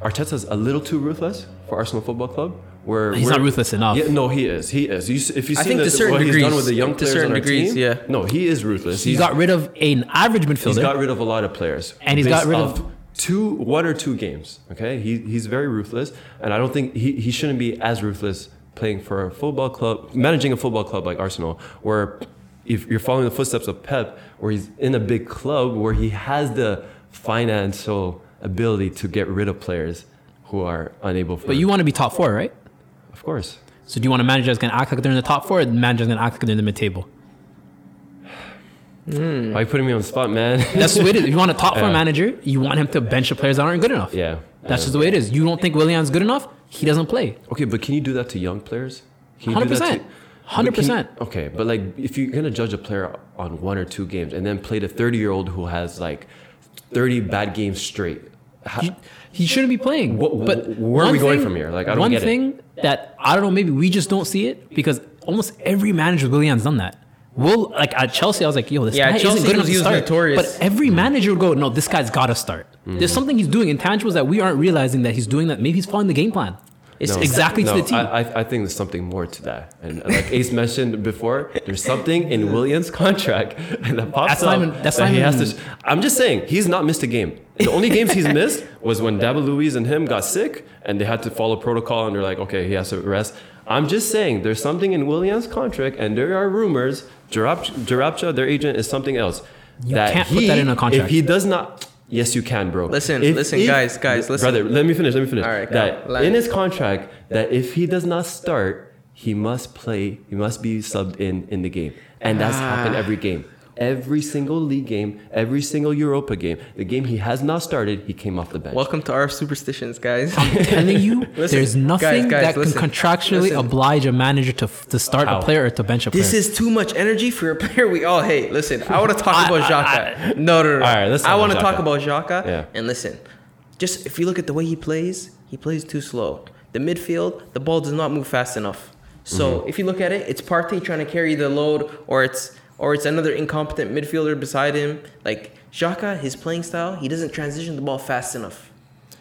Speaker 1: Arteta's a little too ruthless for Arsenal Football Club. Where
Speaker 3: He's
Speaker 1: we're-
Speaker 3: not ruthless enough.
Speaker 1: Yeah, no, he is. He is. You, s- if you
Speaker 2: I
Speaker 1: see
Speaker 2: think to certain
Speaker 1: what he's done
Speaker 2: degrees.
Speaker 1: with the young
Speaker 2: To
Speaker 1: players
Speaker 2: certain
Speaker 1: on our
Speaker 2: degrees,
Speaker 1: team,
Speaker 2: yeah.
Speaker 1: no, he is ruthless.
Speaker 3: he
Speaker 1: He's-
Speaker 3: got rid of an average midfielder.
Speaker 1: He's got rid of a lot of players,
Speaker 3: And he's
Speaker 1: based
Speaker 3: got rid
Speaker 1: off
Speaker 3: of-
Speaker 1: two, one or two games. Okay, he, he's very ruthless, and I don't think he, he shouldn't be as ruthless playing for a football club, managing a football club like Arsenal, where if you're following the footsteps of Pep, where he's in a big club where he has the financial ability to get rid of players who are unable. For,
Speaker 3: but you want to be top four, right?
Speaker 1: of course,
Speaker 3: So do you want a manager that's going to act like they're in the top four, or the manager that's going to act like they're in the mid table?
Speaker 1: why are you putting me on the spot, man?
Speaker 3: That's the way it is. If you want a top four
Speaker 1: Yeah.
Speaker 3: manager, you want him to bench the players that aren't good enough.
Speaker 1: yeah,
Speaker 3: That's
Speaker 1: yeah.
Speaker 3: just the way it is. You don't think Willian's good enough? He doesn't play.
Speaker 1: Okay, but can you do that to young players? Can you do
Speaker 3: Hundred
Speaker 1: that to-
Speaker 3: percent. Hundred
Speaker 1: But can you-
Speaker 3: percent.
Speaker 1: Okay, but like if you're gonna judge a player on one or two games and then play the 30 year old who has like 30 bad games straight, how,
Speaker 3: He, he shouldn't be playing.
Speaker 1: What-
Speaker 3: but
Speaker 1: where are
Speaker 3: one
Speaker 1: we going from here? Like, I don't
Speaker 3: one
Speaker 1: get it.
Speaker 3: thing that I don't know. Maybe we just don't see it because almost every manager with Willian's done that. Will like at Chelsea, I was like, yo, this
Speaker 2: Yeah,
Speaker 3: guy
Speaker 2: Chelsea
Speaker 3: isn't good
Speaker 2: was-
Speaker 3: enough
Speaker 2: he
Speaker 3: to
Speaker 2: was
Speaker 3: start.
Speaker 2: notorious.
Speaker 3: But every manager would go, no, this guy's got to start.
Speaker 1: Mm-hmm.
Speaker 3: There's something he's doing intangibles that we aren't realizing that he's doing. That maybe he's following the game plan. It's
Speaker 1: No.
Speaker 3: exactly
Speaker 1: no,
Speaker 3: to the team.
Speaker 1: I, I, I think there's something more to that. And uh, like Ace mentioned before, there's something in Williams' contract that pops
Speaker 3: That's
Speaker 1: up.
Speaker 3: not even- that's
Speaker 1: that
Speaker 3: not
Speaker 1: he has
Speaker 3: even-
Speaker 1: to, I'm just saying, he's not missed a game. The only games he's missed was when Dabba Louise and him got sick and they had to follow protocol and they're like, okay, he has to rest. I'm just saying, there's something in Williams' contract and there are rumors. Jarab- Jarabcha, their agent, is something else. You
Speaker 3: can't put that in a contract.
Speaker 1: If he does not. Yes, you can, bro.
Speaker 2: Listen,
Speaker 1: If-
Speaker 2: listen,
Speaker 1: if-
Speaker 2: guys, guys, listen.
Speaker 1: Brother, let me finish. Let me finish.
Speaker 2: All right,
Speaker 1: that
Speaker 2: go. Line.
Speaker 1: in his contract that if he does not start, he must play. He must be subbed in in the game, and that's
Speaker 2: Ah.
Speaker 1: happened every game, every single league game, every single Europa game. The game he has not started, he came off the bench.
Speaker 2: Welcome to our superstitions, guys.
Speaker 3: I'm telling you,
Speaker 2: Listen,
Speaker 3: there's
Speaker 2: guys,
Speaker 3: nothing
Speaker 2: guys,
Speaker 3: that
Speaker 2: listen,
Speaker 3: can contractually
Speaker 2: listen.
Speaker 3: oblige a manager to, to start
Speaker 1: How?
Speaker 3: a player or to bench a player.
Speaker 2: This is too much energy for a player we all hate. Listen, I want to talk
Speaker 3: I-
Speaker 2: about
Speaker 3: I-
Speaker 2: Xhaka. No, no, no. no.
Speaker 1: All right, let's talk
Speaker 2: I
Speaker 1: about
Speaker 2: want to talk
Speaker 1: Xhaka.
Speaker 2: about Xhaka.
Speaker 1: Yeah.
Speaker 2: And listen, just if you look at the way he plays, he plays too slow. The midfield, the ball does not move fast enough. So if you look at it, it's Partey trying to carry the load, or it's or it's another incompetent midfielder beside him. Like Xhaka, his playing style, he doesn't transition the ball fast enough.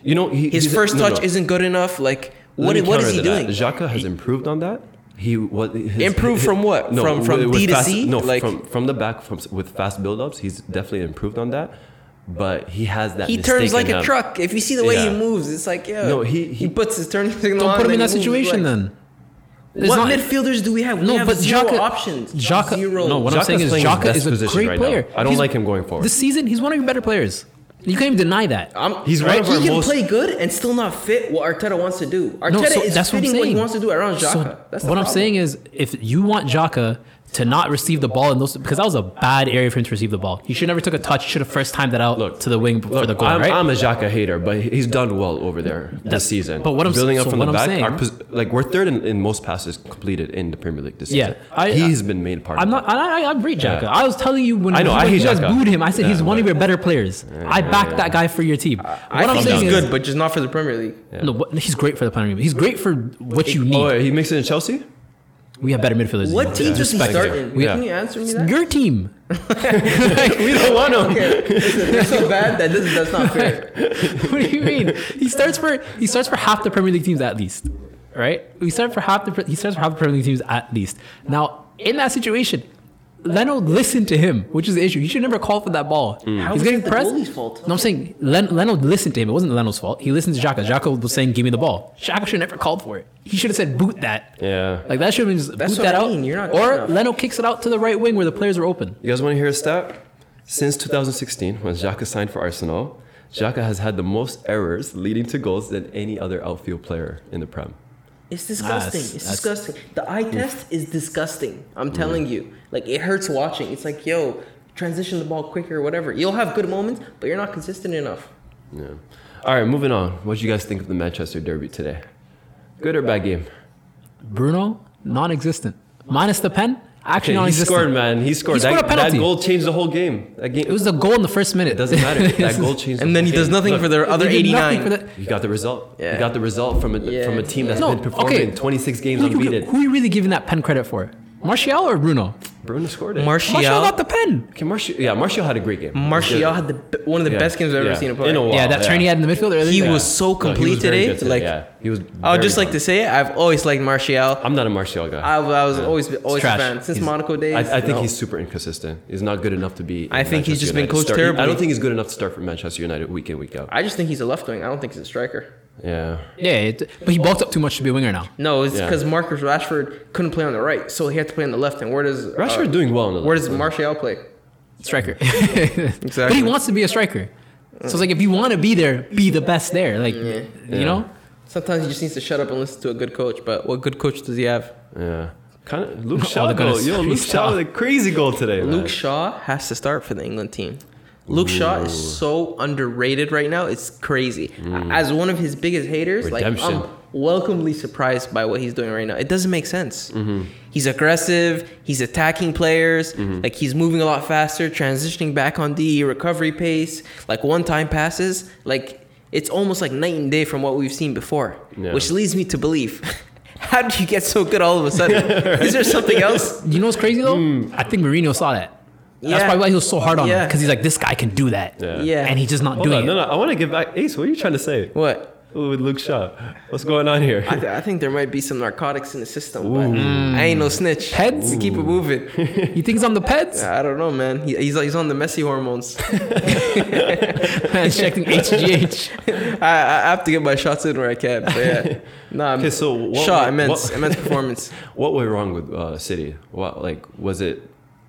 Speaker 1: you know, he,
Speaker 2: His
Speaker 1: he's-
Speaker 2: first
Speaker 1: no, no.
Speaker 2: touch isn't good enough. Like
Speaker 1: Let
Speaker 2: what,
Speaker 1: me
Speaker 2: what is
Speaker 1: counter
Speaker 2: he
Speaker 1: to that.
Speaker 2: doing?
Speaker 1: Xhaka has improved on that. He was his,
Speaker 2: Improved from what? From- from
Speaker 1: with- with
Speaker 2: D to
Speaker 1: fast-
Speaker 2: C?
Speaker 1: No,
Speaker 2: Like-
Speaker 1: from from the back from s- with fast build-ups, he's definitely improved on that. But he has that.
Speaker 2: He
Speaker 1: mistake
Speaker 2: turns like
Speaker 1: in
Speaker 2: a
Speaker 1: him.
Speaker 2: truck. If you see the way he
Speaker 1: Yeah.
Speaker 2: moves, it's like yeah.
Speaker 1: No, he-
Speaker 2: he
Speaker 1: he-
Speaker 2: puts his turning signal
Speaker 3: Don't
Speaker 2: on.
Speaker 3: put him in
Speaker 2: and
Speaker 3: that
Speaker 2: he moves like-
Speaker 3: situation then. There's
Speaker 2: what
Speaker 3: not-
Speaker 2: midfielders do we have?
Speaker 3: No,
Speaker 2: we have
Speaker 3: but
Speaker 2: zero
Speaker 3: Xhaka-
Speaker 2: options.
Speaker 3: Xhaka-
Speaker 2: zero.
Speaker 3: no, what I'm
Speaker 1: Xhaka's
Speaker 3: saying is
Speaker 1: playing his
Speaker 3: Xhaka
Speaker 1: best
Speaker 3: is a
Speaker 1: position
Speaker 3: great
Speaker 1: right now.
Speaker 3: player.
Speaker 1: I don't like him going forward.
Speaker 3: This season, he's one of your better players. You can't even deny that.
Speaker 2: I'm,
Speaker 1: He's one of
Speaker 2: he
Speaker 1: our
Speaker 2: can
Speaker 1: most-
Speaker 2: play good and still not fit what Arteta wants to do. Arteta
Speaker 3: No, so
Speaker 2: is
Speaker 3: that's what I'm
Speaker 2: fitting
Speaker 3: saying.
Speaker 2: what, he wants to do around Xhaka.
Speaker 3: So
Speaker 2: that's the
Speaker 3: what I'm
Speaker 2: problem.
Speaker 3: saying is, if you want Xhaka to not receive the ball in those, because that was a bad area for him to receive the ball. He should never took a touch. Should have first timed that out
Speaker 1: Look,
Speaker 3: to the wing for
Speaker 1: Look,
Speaker 3: the goal,
Speaker 1: I'm,
Speaker 3: right?
Speaker 1: I'm a Xhaka hater, but he's done well over there this season.
Speaker 3: but what I'm-
Speaker 1: building up
Speaker 3: so
Speaker 1: from the
Speaker 3: what I'm
Speaker 1: back,
Speaker 3: saying-
Speaker 1: our pos- like we're third in, in most passes completed in the Premier League this
Speaker 3: Yeah,
Speaker 1: season.
Speaker 3: I-
Speaker 1: he's been made part.
Speaker 3: I'm
Speaker 1: of
Speaker 3: not.
Speaker 1: It.
Speaker 3: I, I, I rate Jaka.
Speaker 1: Yeah.
Speaker 3: I was telling you when
Speaker 1: I know,
Speaker 3: you,
Speaker 1: I
Speaker 3: when
Speaker 1: hate
Speaker 3: you guys
Speaker 1: Xhaka.
Speaker 3: booed him. I said he's
Speaker 1: Yeah,
Speaker 3: one of
Speaker 1: but-
Speaker 3: your better players. I backed that guy for your team.
Speaker 2: I
Speaker 3: what I'm
Speaker 2: think
Speaker 3: saying
Speaker 2: he's
Speaker 3: is,
Speaker 2: good, but just not for the Premier League.
Speaker 3: no, what- he's great for the Premier League. He's great for what you
Speaker 1: Oh,
Speaker 3: need.
Speaker 1: wait, he makes it in Chelsea.
Speaker 3: We have better midfielders. than
Speaker 2: What
Speaker 3: him.
Speaker 2: team does he
Speaker 3: Respect
Speaker 2: start
Speaker 3: him.
Speaker 2: in?
Speaker 3: We-
Speaker 2: Can you answer me that?
Speaker 3: Your team.
Speaker 1: we don't want him.
Speaker 2: Okay, listen, you're so bad that this, that's not fair.
Speaker 3: what do you mean? He starts for he starts for half the Premier League teams at least, right? We start for half the he starts for half the Premier League teams at least. Now in that situation, Leno listened to him, which is the issue. He should never call for that ball.
Speaker 1: Hmm.
Speaker 2: How
Speaker 3: He's
Speaker 2: is
Speaker 3: getting
Speaker 2: that the
Speaker 3: pressed.
Speaker 2: goalie's fault?
Speaker 3: No, I'm saying Len, Leno listened to him. It wasn't Leno's fault. He listened to Xhaka. Xhaka was saying, "Give me the ball." Xhaka should have never called for it. He should have said, "Boot that."
Speaker 1: Yeah.
Speaker 3: Like that should have been just
Speaker 2: That's
Speaker 3: boot
Speaker 2: what
Speaker 3: that
Speaker 2: I
Speaker 3: out.
Speaker 2: mean. You're not good
Speaker 3: or
Speaker 2: enough.
Speaker 3: Leno kicks it out to the right wing where the players are open.
Speaker 1: You guys want to hear a stat? Since 2016, when Xhaka signed for Arsenal, Xhaka has had the most errors leading to goals than any other outfield player in the Prem.
Speaker 2: It's disgusting.
Speaker 3: That's-
Speaker 2: it's
Speaker 3: that's-
Speaker 2: disgusting. The eye test is disgusting. I'm telling you. Like it hurts watching. It's like, yo, transition the ball quicker, whatever. You'll have good moments, but you're not consistent enough.
Speaker 1: Yeah. All right, moving on. What you guys think of the Manchester Derby today? Good or bad game?
Speaker 3: Bruno, non-existent. Minus the pen, actually
Speaker 1: Okay, he
Speaker 3: non-existent.
Speaker 1: scored, man. He scored.
Speaker 3: He scored
Speaker 1: that,
Speaker 3: a penalty.
Speaker 1: that goal changed the whole game. That game.
Speaker 3: It was the goal in the first minute.
Speaker 1: It doesn't matter. That goal changed.
Speaker 2: And
Speaker 1: the
Speaker 2: then he
Speaker 1: whole
Speaker 2: does
Speaker 1: game.
Speaker 2: nothing for
Speaker 1: Look,
Speaker 2: the other
Speaker 3: They did nothing
Speaker 2: 89.
Speaker 3: for that-
Speaker 1: You got the result.
Speaker 2: Yeah.
Speaker 1: You got the result from a
Speaker 2: Yeah.
Speaker 1: from a team that's
Speaker 3: No,
Speaker 1: been performing
Speaker 3: okay.
Speaker 1: 26 games
Speaker 3: Who, who,
Speaker 1: unbeaten.
Speaker 3: who are you really giving that pen credit for? Martial or Bruno?
Speaker 1: Bruno scored it.
Speaker 2: Martial,
Speaker 3: Martial got the pen.
Speaker 1: okay, Martial. Yeah, Martial had a great game.
Speaker 2: Martial had the b- one of the
Speaker 1: Yeah.
Speaker 2: best games I've ever
Speaker 1: Yeah.
Speaker 2: seen him play.
Speaker 1: In a while.
Speaker 3: yeah, that turn he had in the midfield earlier.
Speaker 2: He
Speaker 3: Yeah.
Speaker 2: was so
Speaker 1: No, he
Speaker 2: complete
Speaker 1: very
Speaker 2: today.
Speaker 1: good
Speaker 2: Like
Speaker 1: yeah, he was.
Speaker 2: I would
Speaker 1: very
Speaker 2: just like
Speaker 1: good.
Speaker 2: to say, I've always liked Martial.
Speaker 1: I'm not a Martial guy.
Speaker 2: I, I was always always a
Speaker 3: trash.
Speaker 2: fan since
Speaker 1: He's-
Speaker 2: Monaco days.
Speaker 1: I, I think
Speaker 2: No.
Speaker 1: he's super inconsistent. He's not good enough to be.
Speaker 2: I
Speaker 1: in
Speaker 2: think he's
Speaker 1: Manchester
Speaker 2: just been
Speaker 1: United.
Speaker 2: coached
Speaker 1: Start-
Speaker 2: terribly.
Speaker 1: I don't think he's good enough to start for Manchester United week in week out.
Speaker 2: I just think he's a left wing. I don't think he's a striker.
Speaker 1: Yeah.
Speaker 3: Yeah, it, but he bulked up too much to be a winger now.
Speaker 2: No, it's
Speaker 1: Yeah.
Speaker 2: because Marcus Rashford couldn't play on the right, so he had to play on the left. And where does
Speaker 1: Rashford
Speaker 2: uh,
Speaker 1: doing well in the
Speaker 2: Where does
Speaker 1: league.
Speaker 2: Martial play?
Speaker 3: Striker. exactly. But he wants to be a striker. So it's like if you want to be there, be the best there. Like
Speaker 1: Yeah.
Speaker 3: you know?
Speaker 2: Sometimes he just needs to shut up and listen to a good coach. But what good coach does he have?
Speaker 1: Yeah. Kind of Luke
Speaker 3: All
Speaker 1: Shaw.
Speaker 3: the
Speaker 1: goal.
Speaker 3: goodness.
Speaker 1: Yo, Luke
Speaker 3: He's
Speaker 1: Shaw
Speaker 3: tough.
Speaker 1: with a crazy goal today. man.
Speaker 2: Luke Shaw has to start for the England team. Luke Shaw is so underrated right now. It's crazy. As one of his biggest haters,
Speaker 1: Mm. Redemption.
Speaker 2: like I'm welcomely surprised by what he's doing right now. It doesn't make sense.
Speaker 1: Mm-hmm.
Speaker 2: He's aggressive. He's attacking players. Like he's moving a lot faster, transitioning back on the recovery pace. Like one time passes. Like it's almost like night and day from what we've seen before,
Speaker 1: Yeah.
Speaker 2: which leads me to believe. How did you get so good all of a sudden? Is there something else?
Speaker 3: You know what's crazy though?
Speaker 1: Hmm.
Speaker 3: I think Mourinho saw that. That's
Speaker 2: Yeah.
Speaker 3: probably why he was so hard on him.
Speaker 2: Yeah.
Speaker 3: Because he's like, this guy can do that.
Speaker 1: Yeah.
Speaker 2: Yeah.
Speaker 3: And he's just not
Speaker 1: Hold
Speaker 3: doing
Speaker 1: on. No,
Speaker 3: it.
Speaker 1: no. I want to get back. Ace, what are you trying to say
Speaker 2: What?
Speaker 1: with Luke Shaw? What's going on here?
Speaker 2: I, th- I think there might be some narcotics in the system, but I ain't no snitch.
Speaker 3: Peds?
Speaker 2: We keep it moving.
Speaker 3: He thinks I'm the peds?
Speaker 2: I don't know, man. He, he's he's on the messy hormones.
Speaker 3: Man's checking HGH.
Speaker 2: I, I have to get my shots in where I can. But yeah, nah. I'm,
Speaker 1: Okay, so what-
Speaker 2: shot
Speaker 1: what-
Speaker 2: immense
Speaker 1: what-
Speaker 2: immense performance.
Speaker 1: What went wrong with uh, City? What like was it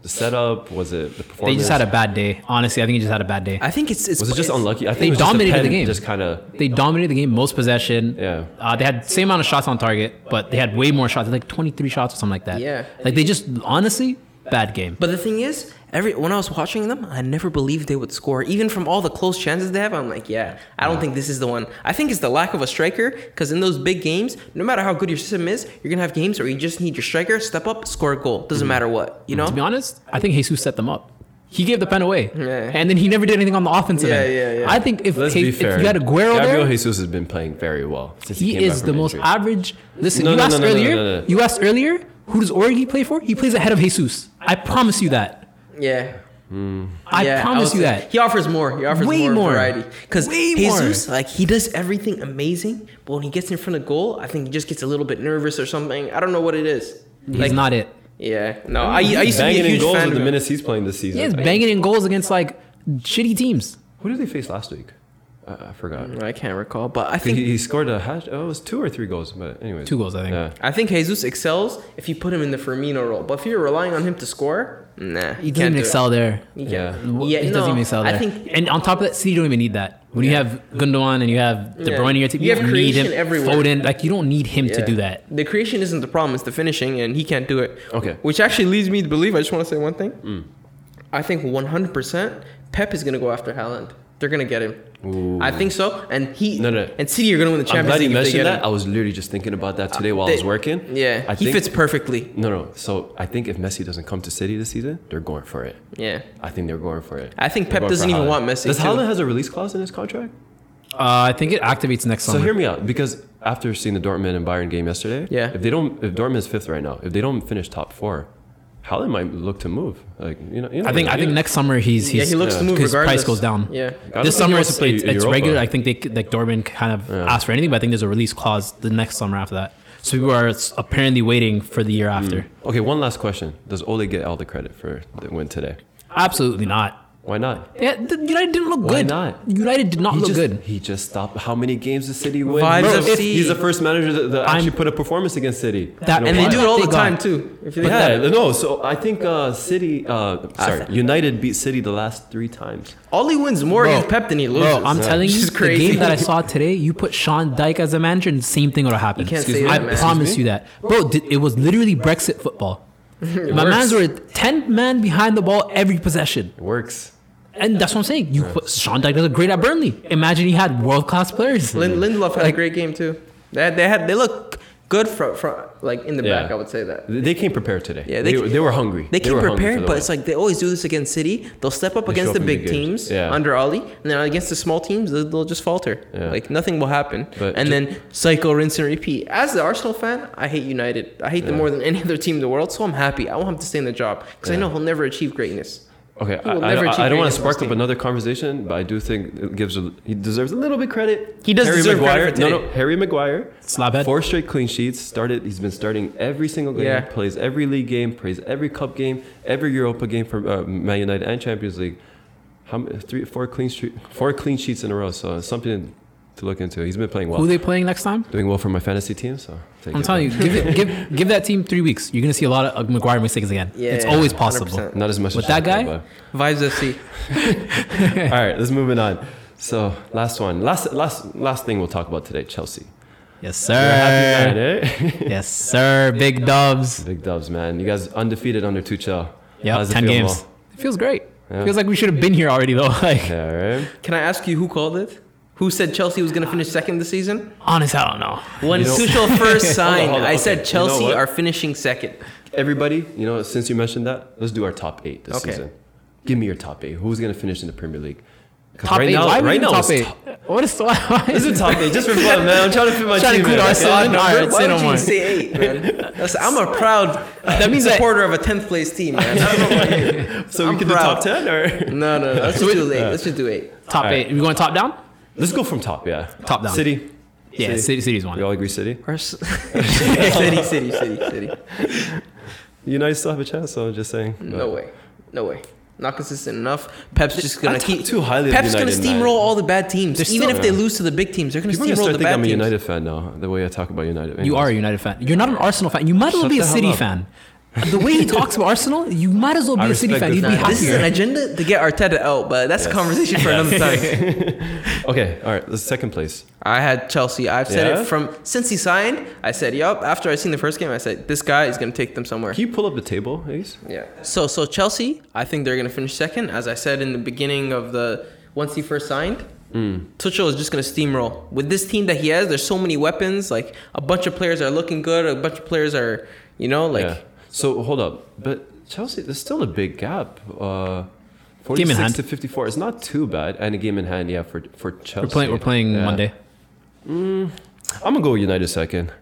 Speaker 1: the setup? Was it the performance?
Speaker 3: They just had a bad day. Honestly, I think he just had a bad day.
Speaker 2: I think it's it's
Speaker 1: Was it just
Speaker 2: it's-
Speaker 1: unlucky? I think
Speaker 3: They
Speaker 1: it was just
Speaker 3: dominated the
Speaker 1: pen
Speaker 3: game.
Speaker 1: Just kind of.
Speaker 3: They dominated the game, most possession.
Speaker 1: Yeah.
Speaker 3: Uh, they had same amount of shots on target, but they had way more shots. They had like 23 shots or something like that.
Speaker 2: Yeah.
Speaker 3: Like they just honestly bad game.
Speaker 2: But the thing is, every when I was watching them, I never believed they would score. Even from all the close chances they have, I'm like, yeah, I don't think this is the one. I think it's the lack of a striker. Because in those big games, no matter how good your system is, you're gonna have games where you just need your striker step up, score a goal. Doesn't matter what, you know.
Speaker 3: To be honest, I think Jesus set them up. He gave the pen away,
Speaker 2: Yeah.
Speaker 3: and then he never did anything on the offensive
Speaker 2: Yeah,
Speaker 3: end.
Speaker 2: yeah, yeah.
Speaker 3: I think if,
Speaker 1: Let's
Speaker 3: he-
Speaker 1: be
Speaker 3: if
Speaker 1: fair.
Speaker 3: you had Aguero
Speaker 1: Gabriel
Speaker 3: there,
Speaker 1: Jesus has been playing very well since he,
Speaker 3: he
Speaker 1: came back
Speaker 3: is
Speaker 1: from
Speaker 3: the most
Speaker 1: injury.
Speaker 3: average. Listen,
Speaker 1: No,
Speaker 3: you
Speaker 1: no,
Speaker 3: asked
Speaker 1: no, no, no,
Speaker 3: earlier.
Speaker 1: no, no.
Speaker 3: You asked earlier. Who does Origi play for? He plays ahead of Jesus. I promise you that.
Speaker 2: Yeah.
Speaker 3: I
Speaker 2: Yeah,
Speaker 3: promise
Speaker 2: would
Speaker 3: you
Speaker 2: say-
Speaker 3: that.
Speaker 2: He offers more. He offers
Speaker 3: Way
Speaker 2: more,
Speaker 3: more.
Speaker 2: variety. Because
Speaker 3: Way
Speaker 2: Jesus, like, he does everything amazing, but when he gets in front of goal, I think he just gets a little bit nervous or something. I don't know what it is.
Speaker 3: He's not it.
Speaker 2: Yeah. No, I, I used to be a
Speaker 1: Banging in
Speaker 2: huge
Speaker 1: goals
Speaker 2: fan
Speaker 1: with
Speaker 2: of
Speaker 1: the
Speaker 2: him.
Speaker 1: minutes he's playing this season.
Speaker 3: He is banging in goals against like shitty teams.
Speaker 1: Who did they face last week? I, I forgot.
Speaker 3: Mm.
Speaker 2: I can't recall, but
Speaker 1: He,
Speaker 2: I think
Speaker 1: he scored a hash. Oh, it was two or three goals, but anyways,
Speaker 3: Two goals, I think.
Speaker 1: Yeah.
Speaker 2: I think Jesus excels if you put him in the Firmino role. But if you're relying on him to score, nah,
Speaker 3: He
Speaker 2: can't
Speaker 3: doesn't
Speaker 2: do
Speaker 3: even
Speaker 2: it.
Speaker 3: excel there.
Speaker 2: He
Speaker 1: Yeah.
Speaker 2: can't.
Speaker 3: Wh-
Speaker 2: Yeah,
Speaker 3: he
Speaker 2: no,
Speaker 3: doesn't even excel there.
Speaker 2: I think
Speaker 3: and on top of that, City don't even need that. When you have Gundogan and you have De
Speaker 2: Yeah.
Speaker 3: Bruyne, in your team,
Speaker 2: You
Speaker 3: you,
Speaker 2: have
Speaker 3: don't need him.
Speaker 2: creation everywhere.
Speaker 3: Foden, like you don't need him to
Speaker 2: Yeah.
Speaker 3: do that.
Speaker 2: The creation isn't the problem; it's the finishing, and he can't do it.
Speaker 1: Okay. Mm.
Speaker 2: Which actually leads me to believe. I just want to say one thing. I think 100 percent Pep is going to go after Haaland. They're going to get him. I think so, and he
Speaker 1: No, no.
Speaker 2: and City are going to win the
Speaker 1: I'm
Speaker 2: Champions
Speaker 1: glad you
Speaker 2: League. if they
Speaker 1: mentioned
Speaker 2: get
Speaker 1: that.
Speaker 2: him.
Speaker 1: I was literally just thinking about that today while I
Speaker 2: They-
Speaker 1: was working.
Speaker 2: Yeah,
Speaker 1: I
Speaker 2: he
Speaker 1: think,
Speaker 2: fits perfectly.
Speaker 1: No, no. So I think if Messi doesn't come to City this season, they're going for it.
Speaker 2: Yeah,
Speaker 1: I think they're going for it.
Speaker 2: I think
Speaker 1: They're
Speaker 2: Pep
Speaker 1: going
Speaker 2: doesn't
Speaker 1: for
Speaker 2: even
Speaker 1: Haaland.
Speaker 2: want Messi.
Speaker 1: Does
Speaker 2: too.
Speaker 1: Holland has a release clause in his contract?
Speaker 3: Uh, I think it activates next
Speaker 1: So
Speaker 3: summer.
Speaker 1: hear me out, because after seeing the Dortmund and Bayern game yesterday,
Speaker 2: Yeah.
Speaker 1: if they don't, if Dortmund is fifth right now, if they don't finish top four, Holland might look to move. Like you know, you know
Speaker 3: I think I
Speaker 1: you
Speaker 3: think
Speaker 1: know.
Speaker 3: next summer he's he's
Speaker 2: yeah, he looks
Speaker 1: yeah.
Speaker 2: to move
Speaker 3: his
Speaker 2: regardless.
Speaker 3: price goes down.
Speaker 2: Yeah.
Speaker 1: don't
Speaker 3: This
Speaker 1: think he
Speaker 3: summer
Speaker 1: wants
Speaker 3: it's,
Speaker 1: to play
Speaker 3: it's, it's
Speaker 1: Europa.
Speaker 3: regular. I think they c- like Dortmund kind of asked for anything, but I think there's a release clause the next summer after that. So people are s- apparently waiting for the
Speaker 1: Mm.
Speaker 3: year after.
Speaker 1: Okay, one last question: Does Ole get all the credit for the win today?
Speaker 3: Absolutely not.
Speaker 1: Why not?
Speaker 3: Yeah, the United didn't look
Speaker 1: Why
Speaker 3: good.
Speaker 1: not?
Speaker 3: United did not
Speaker 1: He
Speaker 3: look
Speaker 1: just,
Speaker 3: good.
Speaker 1: He just stopped. How many games did City win?
Speaker 2: Vibes
Speaker 1: Bro,
Speaker 2: of
Speaker 1: if
Speaker 2: C.
Speaker 1: He's the first manager that, that
Speaker 3: I'm-
Speaker 1: actually put a performance against City.
Speaker 3: That-
Speaker 1: in a
Speaker 2: And they
Speaker 1: while.
Speaker 2: do it all
Speaker 3: They
Speaker 2: the
Speaker 3: got-
Speaker 2: time too. If you think
Speaker 1: Yeah,
Speaker 2: about it.
Speaker 1: no. So I think uh, City, uh, sorry, United beat City the last three times.
Speaker 2: Ollie wins more
Speaker 3: Bro,
Speaker 2: against Pep than he loses.
Speaker 3: Bro, I'm telling
Speaker 2: Which
Speaker 3: you,
Speaker 2: is
Speaker 3: the game that I saw today, you put Sean Dyke as a manager, and the same thing would have happened.
Speaker 2: can't Excuse say me? that,
Speaker 3: I
Speaker 2: man.
Speaker 3: promise
Speaker 1: Excuse
Speaker 3: you that, bro. Did, it was literally Brexit football. My
Speaker 2: works.
Speaker 3: man's were ten man behind the ball every possession,
Speaker 1: It works.
Speaker 3: and that's what I'm saying. You put Sean Dyke does a great at Burnley. Imagine he had world class players.
Speaker 2: Lin- Lindelof had a
Speaker 3: Like-
Speaker 2: great game too. They had, they had they look good from from like in the
Speaker 1: Yeah.
Speaker 2: back. I would say that.
Speaker 1: They they came prepared today.
Speaker 2: Yeah,
Speaker 1: they,
Speaker 2: they
Speaker 1: they,
Speaker 2: ca-
Speaker 1: were hungry.
Speaker 2: They came
Speaker 1: were hungry for
Speaker 2: prepared,
Speaker 1: the
Speaker 2: but
Speaker 1: win.
Speaker 2: it's like they always do this against City. They'll step up
Speaker 1: They show
Speaker 2: against
Speaker 1: up
Speaker 2: the
Speaker 1: in big
Speaker 2: big
Speaker 1: games.
Speaker 2: teams
Speaker 1: Yeah.
Speaker 2: under Ollie, and then against the small teams, they'll, they'll just falter.
Speaker 1: Yeah.
Speaker 2: Like nothing will happen.
Speaker 1: But
Speaker 2: and
Speaker 1: ju-
Speaker 2: then cycle, rinse, and repeat. As the Arsenal fan, I hate United. I hate them
Speaker 1: Yeah.
Speaker 2: more than any other team in the world. So I'm happy. I want him to stay in the job because I
Speaker 1: Yeah.
Speaker 2: know he'll never achieve greatness.
Speaker 1: Okay,
Speaker 2: He will
Speaker 1: I, I,
Speaker 2: never
Speaker 1: don't-
Speaker 2: achieve
Speaker 1: I don't want
Speaker 2: greatness
Speaker 1: to
Speaker 2: in
Speaker 1: spark
Speaker 2: this
Speaker 1: up
Speaker 2: game.
Speaker 1: another conversation, but I do think it gives a, he deserves a little bit credit.
Speaker 2: He does deserve
Speaker 1: Maguire,
Speaker 2: credit for
Speaker 1: No, no,
Speaker 2: today.
Speaker 1: Harry Maguire,
Speaker 3: Slabhead.
Speaker 1: four straight clean sheets. Started. He's been starting every single game.
Speaker 2: Yeah.
Speaker 1: Plays every league game. Plays every cup game. Every Europa game for uh, Man United and Champions League. How m- three, four clean sheet, four clean sheets in a row. So it's something to look into. He's been playing well.
Speaker 3: Who they playing next time?
Speaker 1: Doing well for my fantasy team. So take
Speaker 3: I'm
Speaker 1: it.
Speaker 3: telling you, give, it, give give that team three weeks. You're gonna see a lot of McGuire mistakes again.
Speaker 2: Yeah,
Speaker 3: it's
Speaker 2: yeah,
Speaker 3: always
Speaker 2: 100%.
Speaker 3: possible.
Speaker 1: Not as much
Speaker 3: With
Speaker 1: as
Speaker 3: that
Speaker 1: Shaka,
Speaker 3: guy?
Speaker 1: but-
Speaker 2: Vibes
Speaker 1: All
Speaker 2: FC.
Speaker 1: right, let's move it on. So last one, last last last thing we'll talk about today, Chelsea.
Speaker 3: Yes,
Speaker 1: You're a happy
Speaker 3: sir.
Speaker 1: man, eh?
Speaker 3: Yes, sir. Big dubs.
Speaker 1: Big dubs, man. You guys undefeated under Tuchel.
Speaker 3: Yeah,
Speaker 1: How's it
Speaker 3: ten
Speaker 1: feel,
Speaker 3: games.
Speaker 1: Mo?
Speaker 3: It feels great.
Speaker 1: Yeah.
Speaker 3: Feels like we should have been here already though. Like
Speaker 1: Yeah, right.
Speaker 2: Can I ask you who called it? Who said Chelsea was going to finish second this season?
Speaker 3: honestly, I don't know.
Speaker 2: When
Speaker 1: You know-
Speaker 2: Tuchel first signed,
Speaker 1: hold on.
Speaker 2: I
Speaker 1: Okay, you
Speaker 2: said
Speaker 1: know
Speaker 2: Chelsea
Speaker 1: what?
Speaker 2: are finishing second.
Speaker 1: Everybody, you know, since you mentioned that, let's do our top eight this
Speaker 2: Okay.
Speaker 1: season. Give me your top eight. Who's gonna finish in the Premier League? 'Cause
Speaker 3: Top
Speaker 1: right
Speaker 3: eight.
Speaker 1: now,
Speaker 3: why are we
Speaker 1: right
Speaker 3: even
Speaker 1: now, it's
Speaker 3: top eight? What is why? why
Speaker 1: This
Speaker 3: is
Speaker 1: is
Speaker 3: it
Speaker 1: top eight, just for fun, man. I'm trying to fit my
Speaker 3: Trying to
Speaker 1: team
Speaker 3: include
Speaker 1: in, okay?
Speaker 3: Arsenal in. All right,
Speaker 2: Why
Speaker 3: say
Speaker 2: would
Speaker 3: no
Speaker 2: you
Speaker 3: more.
Speaker 2: say eight, man? That's- I'm a proud
Speaker 3: That means that-
Speaker 2: supporter of a tenth place team, man. I don't know why you-
Speaker 1: So we
Speaker 2: I'm
Speaker 1: can
Speaker 2: proud.
Speaker 1: do top ten, or
Speaker 2: No, no, no. Let's just do eight. Let's just do eight.
Speaker 3: top
Speaker 1: All right.
Speaker 3: eight? We going top down?
Speaker 1: let's go from top. Yeah,
Speaker 3: Top down.
Speaker 1: City.
Speaker 3: Yeah, City, City's
Speaker 1: We
Speaker 3: one.
Speaker 1: all agree, City.
Speaker 2: Or s- city, city, city, city.
Speaker 1: United still have a chance. So I'm just saying.
Speaker 2: No way. No way. Not consistent enough. Pep's just gonna
Speaker 1: talk
Speaker 2: keep
Speaker 1: too highly of
Speaker 2: Pep's gonna
Speaker 1: United, man.
Speaker 2: steamroll all the bad teams.
Speaker 3: They're
Speaker 2: Even
Speaker 3: still-
Speaker 2: if they lose to the big teams, they're gonna
Speaker 1: People are gonna
Speaker 2: steamroll
Speaker 1: start
Speaker 2: the
Speaker 1: thinking
Speaker 2: bad
Speaker 1: I'm a
Speaker 2: teams.
Speaker 1: United fan now. The way I talk about United.
Speaker 3: You are a United fan. You're not an Arsenal fan. You might as well
Speaker 1: Shut
Speaker 3: be a
Speaker 1: the hell
Speaker 3: City
Speaker 1: up.
Speaker 3: fan. The way he talks about Arsenal, you might as well be
Speaker 1: I
Speaker 3: a City
Speaker 1: respect
Speaker 3: fan.
Speaker 1: good
Speaker 3: You'd be
Speaker 1: fans.
Speaker 2: This is an
Speaker 3: happier.
Speaker 2: agenda to get Arteta out, but that's a
Speaker 1: Yes.
Speaker 2: conversation for another time.
Speaker 1: Okay, all right. The second place.
Speaker 2: I had Chelsea. I've said
Speaker 1: Yeah?
Speaker 2: it from since he signed. I said, "Yup." After I seen the first game, I said, "This guy is gonna take them somewhere."
Speaker 1: Can you pull up the table, Ace?
Speaker 2: Yeah. So so Chelsea, I think they're gonna finish second. As I said in the beginning of the once he first signed, Tuchel is just gonna steamroll with this team that he has. There's so many weapons. Like a bunch of players are looking good. A bunch of players are, you know, like.
Speaker 1: yeah. So hold up, but Chelsea, there's still a big gap. Uh, 46
Speaker 3: Game in hand.
Speaker 1: to 54. It's not too bad, and a game in hand. Yeah, for for Chelsea.
Speaker 3: We're playing. We're playing
Speaker 1: Yeah.
Speaker 3: Monday.
Speaker 1: I'm gonna go with United second.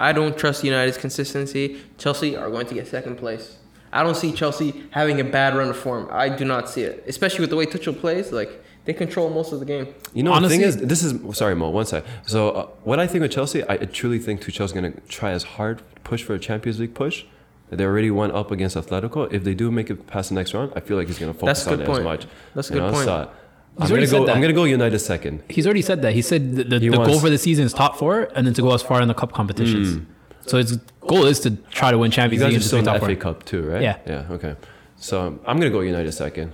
Speaker 2: I don't trust United's consistency. Chelsea are going to get second place. I don't see Chelsea having a bad run of form. I do not see it, especially with the way Tuchel plays. Like they control most of the game.
Speaker 1: You know, the
Speaker 3: Honestly-
Speaker 1: thing is, this is sorry, Mo. One sec. So uh, what I think with Chelsea, I truly think Tuchel's gonna try as hard push for a Champions League push. They already went up against Atletico. If they do make it past the next round, I feel like he's gonna
Speaker 2: That's
Speaker 1: focus
Speaker 2: a good
Speaker 1: on it
Speaker 2: point.
Speaker 1: as much.
Speaker 2: That's a
Speaker 1: You
Speaker 2: good
Speaker 1: know,
Speaker 2: point.
Speaker 1: so I'm
Speaker 3: He's
Speaker 1: gonna
Speaker 3: already
Speaker 1: go.
Speaker 3: said that.
Speaker 1: I'm gonna go United second.
Speaker 3: He's already said that. He said the, the, the goal
Speaker 1: wants-
Speaker 3: for the season is top four, and then to go as far in the cup competitions. So his goal is to try to win
Speaker 1: Mm. You
Speaker 3: Champions
Speaker 1: guys
Speaker 3: League
Speaker 1: are
Speaker 3: and just
Speaker 1: still
Speaker 3: be
Speaker 1: in the
Speaker 3: top four.
Speaker 1: FA Cup too, right?
Speaker 3: Yeah.
Speaker 1: Yeah. Okay. So I'm gonna go United second.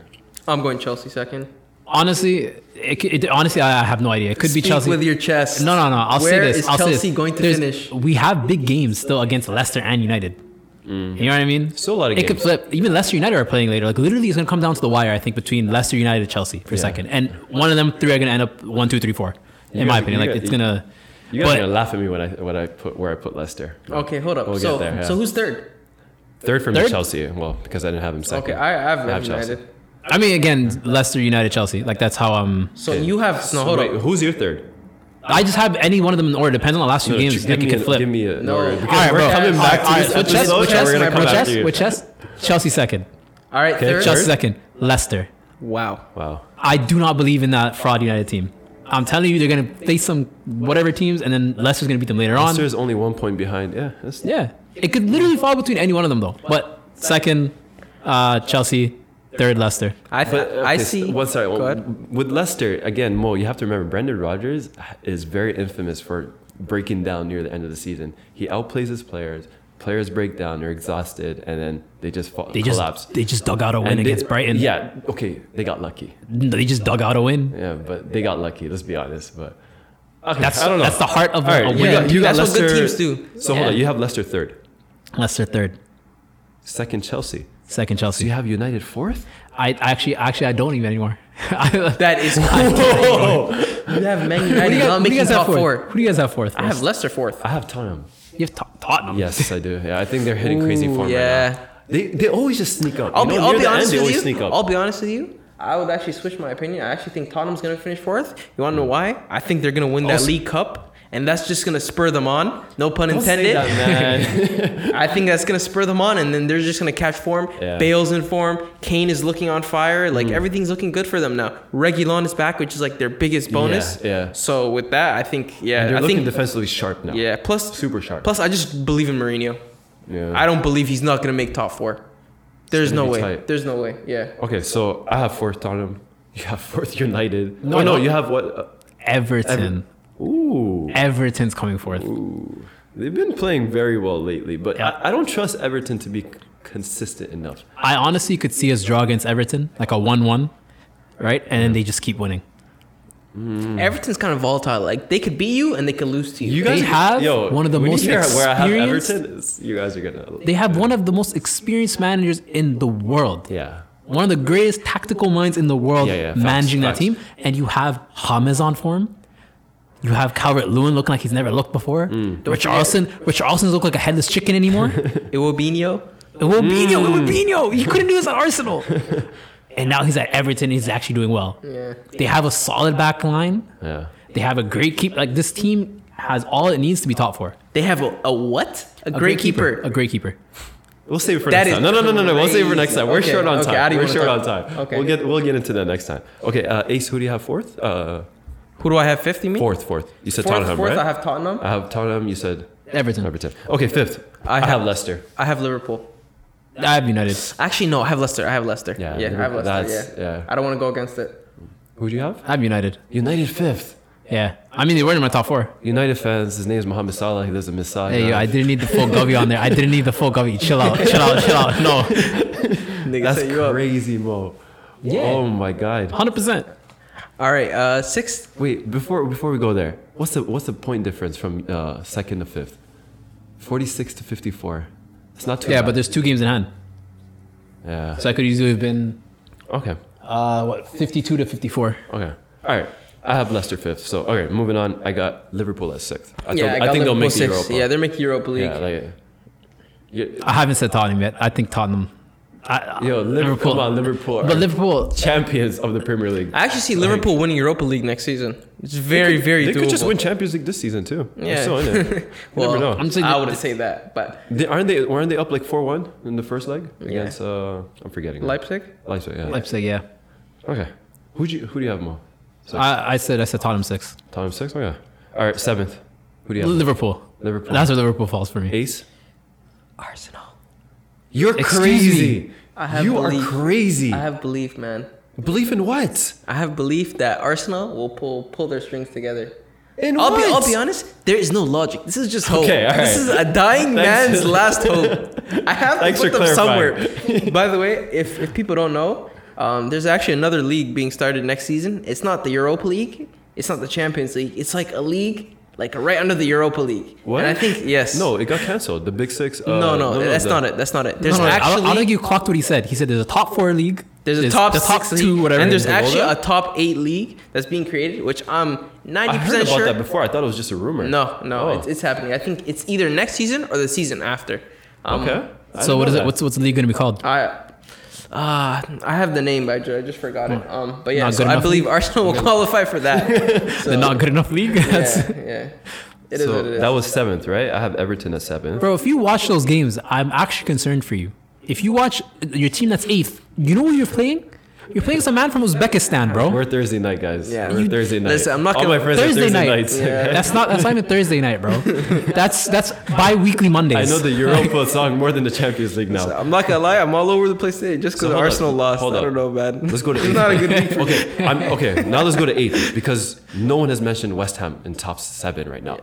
Speaker 2: I'm going Chelsea second.
Speaker 3: Honestly, it, it, honestly, I I have no idea. It could
Speaker 2: Speak
Speaker 3: be Chelsea.
Speaker 2: with your chest.
Speaker 3: No, no, no. I'll
Speaker 2: Where
Speaker 3: say this.
Speaker 2: is
Speaker 3: I'll say
Speaker 2: Chelsea
Speaker 3: this.
Speaker 2: going to
Speaker 3: There's-
Speaker 2: finish?
Speaker 3: We have big games still against Leicester and United. You know what I mean?
Speaker 1: Mm. Still a lot of
Speaker 3: it could
Speaker 1: games.
Speaker 3: flip. Even Leicester United are playing later. Like literally, it's gonna come down to the wire. I think between Leicester United and Chelsea for
Speaker 1: Yeah.
Speaker 3: second, and one of them three are gonna end up one, two, three, four.
Speaker 1: You
Speaker 3: in my
Speaker 1: guys-
Speaker 3: opinion,
Speaker 1: you
Speaker 3: like
Speaker 1: guys-
Speaker 3: it's gonna.
Speaker 1: You guys
Speaker 3: But-
Speaker 1: are gonna laugh at me when I when I put where I put Leicester.
Speaker 2: Okay, hold up.
Speaker 1: We'll
Speaker 2: so,
Speaker 1: get there, yeah.
Speaker 2: so who's third?
Speaker 1: Third for me,
Speaker 3: Third?
Speaker 1: Chelsea. Well, because I didn't have him second.
Speaker 2: Okay, I, I've
Speaker 1: I have Chelsea.
Speaker 2: United.
Speaker 3: I mean, again, Leicester United, Chelsea. Like that's how um.
Speaker 2: So you have no.
Speaker 1: So
Speaker 2: Hold
Speaker 1: wait,
Speaker 2: up.
Speaker 1: who's your third?
Speaker 3: I just have any one of them in order. Depends on the last few
Speaker 1: No,
Speaker 3: games.
Speaker 1: give
Speaker 3: Like
Speaker 1: me
Speaker 3: it could
Speaker 1: a-
Speaker 3: flip.
Speaker 1: Give me a
Speaker 2: No.
Speaker 1: no. order.
Speaker 3: All
Speaker 1: Because
Speaker 3: right,
Speaker 1: we're
Speaker 3: bro.
Speaker 1: coming
Speaker 2: All right,
Speaker 1: back
Speaker 2: all right,
Speaker 1: to this
Speaker 2: with
Speaker 3: With
Speaker 2: chess-
Speaker 1: episode,
Speaker 3: chess,
Speaker 1: and
Speaker 3: with
Speaker 1: we're gonna
Speaker 3: chess,
Speaker 1: come
Speaker 3: with
Speaker 1: after
Speaker 3: chess,
Speaker 1: you.
Speaker 3: with chess, Chelsea second.
Speaker 2: All right,
Speaker 1: Okay,
Speaker 2: third.
Speaker 1: sure.
Speaker 3: Chelsea second. Leicester.
Speaker 2: Wow.
Speaker 1: Wow.
Speaker 3: I do not believe in that fraud United team. I'm telling you, they're gonna face some whatever teams, and then Leicester's gonna beat them later on.
Speaker 1: Leicester's only one point behind. Yeah. That's,
Speaker 3: Yeah, it could literally fall between any one of them though. But second, uh, Chelsea. Third, third Leicester.
Speaker 2: I,
Speaker 1: But
Speaker 2: I
Speaker 1: Uh, okay,
Speaker 2: see.
Speaker 1: so- One sorry.
Speaker 2: Go ahead.
Speaker 1: With Leicester again, Mo, you have to remember Brendan Rodgers is very infamous for breaking down near the end of the season. He outplays his players. Players break down. They're exhausted, and then they just fall,
Speaker 3: They just
Speaker 1: collapse.
Speaker 3: they just dug out a win
Speaker 1: And they-
Speaker 3: against Brighton.
Speaker 1: Yeah. Okay. They got lucky.
Speaker 3: they just dug out a win.
Speaker 1: Yeah, but they got lucky. Let's be honest. But okay,
Speaker 3: That's
Speaker 1: I don't know.
Speaker 3: that's the heart of a-
Speaker 1: All right,
Speaker 3: a
Speaker 1: you
Speaker 3: win.
Speaker 1: got, you got
Speaker 2: That's what good
Speaker 1: Leicester-
Speaker 2: teams do.
Speaker 1: So hold on. You have Leicester third,
Speaker 3: Leicester third,
Speaker 1: second Chelsea.
Speaker 3: second
Speaker 1: Do you
Speaker 3: Chelsea.
Speaker 1: have United fourth?
Speaker 3: I actually actually I don't even anymore. I-
Speaker 2: That is cool.
Speaker 3: Oh.
Speaker 2: you have Man United not making top
Speaker 3: fourth?
Speaker 2: four.
Speaker 3: Who do you guys have fourth?
Speaker 2: I have Leicester fourth.
Speaker 1: I have Tottenham.
Speaker 3: you have Tot- Tottenham.
Speaker 1: Yes, I do. Yeah, I think they're hitting crazy
Speaker 2: Ooh,
Speaker 1: form
Speaker 2: yeah.
Speaker 1: right now. They they always just sneak up.
Speaker 2: I'll
Speaker 1: You
Speaker 2: be,
Speaker 1: know,
Speaker 2: I'll
Speaker 1: near
Speaker 2: be
Speaker 1: the end,
Speaker 2: honest
Speaker 1: they
Speaker 2: with
Speaker 1: always
Speaker 2: you.
Speaker 1: Sneak up.
Speaker 2: I'll be honest with you. I would actually switch my opinion. I actually think Tottenham's going to finish fourth. You
Speaker 1: Hmm.
Speaker 2: want to know why? I think they're going to win that
Speaker 1: Also-
Speaker 2: League Cup, and that's just going to spur them on. No pun
Speaker 1: Don't say
Speaker 2: intended.
Speaker 1: that, man.
Speaker 2: I think that's going to spur them on, and then they're just going to catch form.
Speaker 1: Yeah. Mm.
Speaker 2: Bale's in form. Kane is looking on fire. Like everything's looking good for them now. Reguilon is back, which is like their biggest bonus.
Speaker 1: yeah.
Speaker 2: So with that, I think yeah,
Speaker 1: they're
Speaker 2: I
Speaker 1: looking
Speaker 2: think
Speaker 1: defensively sharp now.
Speaker 2: yeah. Plus
Speaker 1: Super sharp.
Speaker 2: Plus, I just believe in Mourinho.
Speaker 1: Yeah.
Speaker 2: I don't believe he's not going to make top four. There's
Speaker 1: gonna
Speaker 2: no
Speaker 1: be
Speaker 2: way.
Speaker 1: tight.
Speaker 2: There's no way. Yeah.
Speaker 1: Okay, so I have fourth Tottenham. You have fourth United.
Speaker 3: No,
Speaker 1: No, no,
Speaker 3: no.
Speaker 1: you have what? Uh,
Speaker 3: Everton.
Speaker 1: ooh,
Speaker 3: Everton's coming fourth.
Speaker 1: they've been playing very well lately, but
Speaker 3: Yeah.
Speaker 1: I, I don't trust Everton to be c- consistent enough.
Speaker 3: I honestly could see us draw against Everton, like a one-one, right? And then they just keep winning.
Speaker 1: Mm.
Speaker 2: Everton's kind of volatile. Like they could beat you and they could lose to you.
Speaker 3: They have one of the
Speaker 1: when you
Speaker 3: most
Speaker 1: hear where I have
Speaker 3: experienced-
Speaker 1: Everton. Is, you guys are gonna.
Speaker 3: They have one of the most experienced managers in the world.
Speaker 1: Yeah.
Speaker 3: One of the greatest tactical minds in the world
Speaker 1: Yeah, yeah, facts,
Speaker 3: managing
Speaker 1: facts.
Speaker 3: that team. And you have James on form. You have Calvert Lewin looking like he's never looked before.
Speaker 1: Mm.
Speaker 3: Richarlison, Richarlison's look like a headless chicken anymore.
Speaker 2: Iwobinho.
Speaker 3: Wilbinho, mm. Wilbinho, he couldn't do this at Arsenal. and now he's at Everton. He's actually doing well.
Speaker 2: Yeah.
Speaker 3: They have a solid back line.
Speaker 1: Yeah.
Speaker 3: They have a great keep. Like this team has all it needs to be top four.
Speaker 2: They have a, a what? A, great keeper.
Speaker 3: A great keeper.
Speaker 1: We'll save it for next
Speaker 2: That is
Speaker 1: time. No, no, no, no, no. We'll save it for next time. We're
Speaker 2: crazy.
Speaker 1: short on
Speaker 2: Okay, okay, how
Speaker 1: time.
Speaker 2: do you
Speaker 1: We're
Speaker 2: wanna
Speaker 1: short on
Speaker 2: talk?
Speaker 1: time.
Speaker 2: Okay.
Speaker 1: We'll get we'll get into that next time. Okay, uh, Ace, who do you have fourth? Uh,
Speaker 2: Who do I have fifth? You mean?
Speaker 1: fourth, fourth. You said
Speaker 2: Fourth,
Speaker 1: Tottenham,
Speaker 2: fourth,
Speaker 1: right?
Speaker 2: I have Tottenham.
Speaker 1: I have Tottenham. You said
Speaker 3: Everton.
Speaker 1: Everton. Okay, fifth. I,
Speaker 2: I
Speaker 1: have
Speaker 2: have-
Speaker 1: Leicester.
Speaker 2: I have Liverpool.
Speaker 3: I have United.
Speaker 2: Actually, no, I have Leicester. I have Leicester.
Speaker 1: Yeah,
Speaker 2: Yeah, I have
Speaker 1: Liverpool-
Speaker 2: Leicester.
Speaker 1: that's-
Speaker 2: Yeah.
Speaker 1: yeah.
Speaker 2: I don't want to go against it.
Speaker 1: Who do you have?
Speaker 3: I have United.
Speaker 1: United fifth.
Speaker 3: Yeah. I mean, they weren't in my top four.
Speaker 1: United fans. His name is Mohamed Salah. He lives in Messiah.
Speaker 3: Hey, yo, I didn't need the full Govy on there. I didn't need the full Govy. Chill out. Chill out. Chill out. No.
Speaker 2: Nigga
Speaker 1: That's
Speaker 2: set you up.
Speaker 1: crazy, Mo.
Speaker 3: Yeah.
Speaker 1: Oh my God.
Speaker 3: 100%.
Speaker 2: All right, uh, sixth.
Speaker 1: Wait, before before we go there, what's the what's the point difference from uh, second to fifth? Forty six to fifty four. It's not too.
Speaker 3: Yeah,
Speaker 1: bad.
Speaker 3: but there's two games in hand.
Speaker 1: yeah.
Speaker 3: So I could easily have been,
Speaker 1: Okay.
Speaker 3: uh, what, 52 to 54.
Speaker 1: Okay. All right. I have Leicester fifth. So okay, moving on. I got Liverpool at sixth. I,
Speaker 2: yeah,
Speaker 1: told- I
Speaker 2: got
Speaker 1: think they'll
Speaker 2: Liverpool
Speaker 1: make the
Speaker 2: sixth.
Speaker 1: Europa.
Speaker 2: Yeah, they're making Europa League.
Speaker 1: yeah, like, yeah,
Speaker 3: I haven't said Tottenham yet. I think Tottenham. I, I-
Speaker 1: Yo, Liverpool, come on, Liverpool are-
Speaker 3: But Liverpool,
Speaker 1: champions of the Premier League.
Speaker 2: I actually see Liverpool winning Europa League next season. It's very, very
Speaker 1: They
Speaker 2: doable.
Speaker 1: could just win Champions League this season too. Yeah.
Speaker 2: Yeah.
Speaker 1: They're still in it. You
Speaker 2: well,
Speaker 1: never know.
Speaker 3: I'm saying
Speaker 2: I
Speaker 3: that-
Speaker 2: wouldn't say that, but
Speaker 1: They, aren't they? Weren't they up like four one in the first leg against? Uh, I'm forgetting. now.
Speaker 2: Leipzig.
Speaker 1: Leipzig. Yeah.
Speaker 3: Leipzig, yeah.
Speaker 1: Okay. Who do you who do you have more? Six.
Speaker 3: I, I said I said Tottenham six.
Speaker 1: Tottenham six. Okay. All right. Seventh. Who do you have?
Speaker 3: Liverpool.
Speaker 1: Liverpool.
Speaker 3: That's where Liverpool falls for me.
Speaker 1: Ace.
Speaker 2: Arsenal.
Speaker 1: You're
Speaker 3: Excuse
Speaker 1: crazy.
Speaker 2: I have
Speaker 1: you are
Speaker 2: belief.
Speaker 1: crazy.
Speaker 2: I have belief, man.
Speaker 1: Belief in what?
Speaker 2: I have belief that Arsenal will pull pull their strings together.
Speaker 1: In
Speaker 2: I'll
Speaker 1: what?
Speaker 2: be I'll be honest. There is no logic. This is just hope.
Speaker 1: Okay, all right.
Speaker 2: This is a dying
Speaker 1: Thanks.
Speaker 2: man's last hope. I have to
Speaker 1: Thanks
Speaker 2: put
Speaker 1: for
Speaker 2: them
Speaker 1: clarifying.
Speaker 2: somewhere. By the way, if if people don't know, um, there's actually another league being started next season. It's not the Europa League. It's not the Champions League. It's like a league like right under the Europa League.
Speaker 1: What?
Speaker 2: And I think yes.
Speaker 1: No, it got canceled. The Big Six. Uh,
Speaker 2: No, no, that's
Speaker 1: the-
Speaker 2: not it. That's not it.
Speaker 3: No,
Speaker 2: There's
Speaker 3: no, I
Speaker 2: actually
Speaker 3: don't, I don't think you clocked what he said. He said there's a top four league.
Speaker 2: There's a top,
Speaker 3: the top
Speaker 2: six
Speaker 3: two,
Speaker 2: league,
Speaker 3: whatever.
Speaker 2: and there's
Speaker 3: it is.
Speaker 2: actually a
Speaker 1: that?
Speaker 2: top eight league that's being created, which I'm
Speaker 1: I
Speaker 2: ninety
Speaker 1: heard
Speaker 2: percent
Speaker 1: about
Speaker 2: sure.
Speaker 1: that before. I thought it was just a rumor.
Speaker 2: No, no,
Speaker 1: Oh.
Speaker 2: it's, it's happening. I think it's either next season or the season after. Um,
Speaker 1: okay. I
Speaker 3: So
Speaker 1: didn't
Speaker 3: what
Speaker 1: know
Speaker 3: is
Speaker 1: that.
Speaker 3: it? What's what's the league going to be called?
Speaker 2: I, uh, I have the name, but I ju- I just forgot
Speaker 1: Hmm.
Speaker 2: it. Um, but yeah,
Speaker 3: Not
Speaker 2: so
Speaker 3: good
Speaker 2: I
Speaker 3: enough
Speaker 2: believe Arsenal will qualify for that. so,
Speaker 3: the not good enough league. That's-
Speaker 2: Yeah, yeah. It is
Speaker 1: so
Speaker 2: what it is.
Speaker 1: that was seventh, right? I have Everton at seventh.
Speaker 3: Bro, if you watch those games, I'm actually concerned for you. If you watch your team that's eighth, you know who you're playing. You're playing some man from Uzbekistan, bro.
Speaker 1: We're Thursday night, guys.
Speaker 2: Yeah.
Speaker 1: we're
Speaker 2: You-
Speaker 1: Thursday night.
Speaker 2: Listen, I'm not
Speaker 1: All
Speaker 2: gonna-
Speaker 1: my friends
Speaker 3: Thursday
Speaker 1: are Thursday
Speaker 3: night.
Speaker 1: nights.
Speaker 2: Yeah.
Speaker 3: That's not. That's not even Thursday night, bro. That's that's bi-weekly
Speaker 1: I
Speaker 3: Mondays.
Speaker 1: know the Europa song more than the Champions League now.
Speaker 2: So I'm not gonna lie, I'm all over the place today just because
Speaker 1: So hold
Speaker 2: Arsenal
Speaker 1: up,
Speaker 2: lost.
Speaker 1: hold
Speaker 2: I
Speaker 1: up.
Speaker 2: don't know, man.
Speaker 1: Let's go to
Speaker 2: It's
Speaker 1: eight.
Speaker 2: not a good week.
Speaker 1: okay, I'm, okay. Now let's go to eight because no one has mentioned West Ham in top seven right now.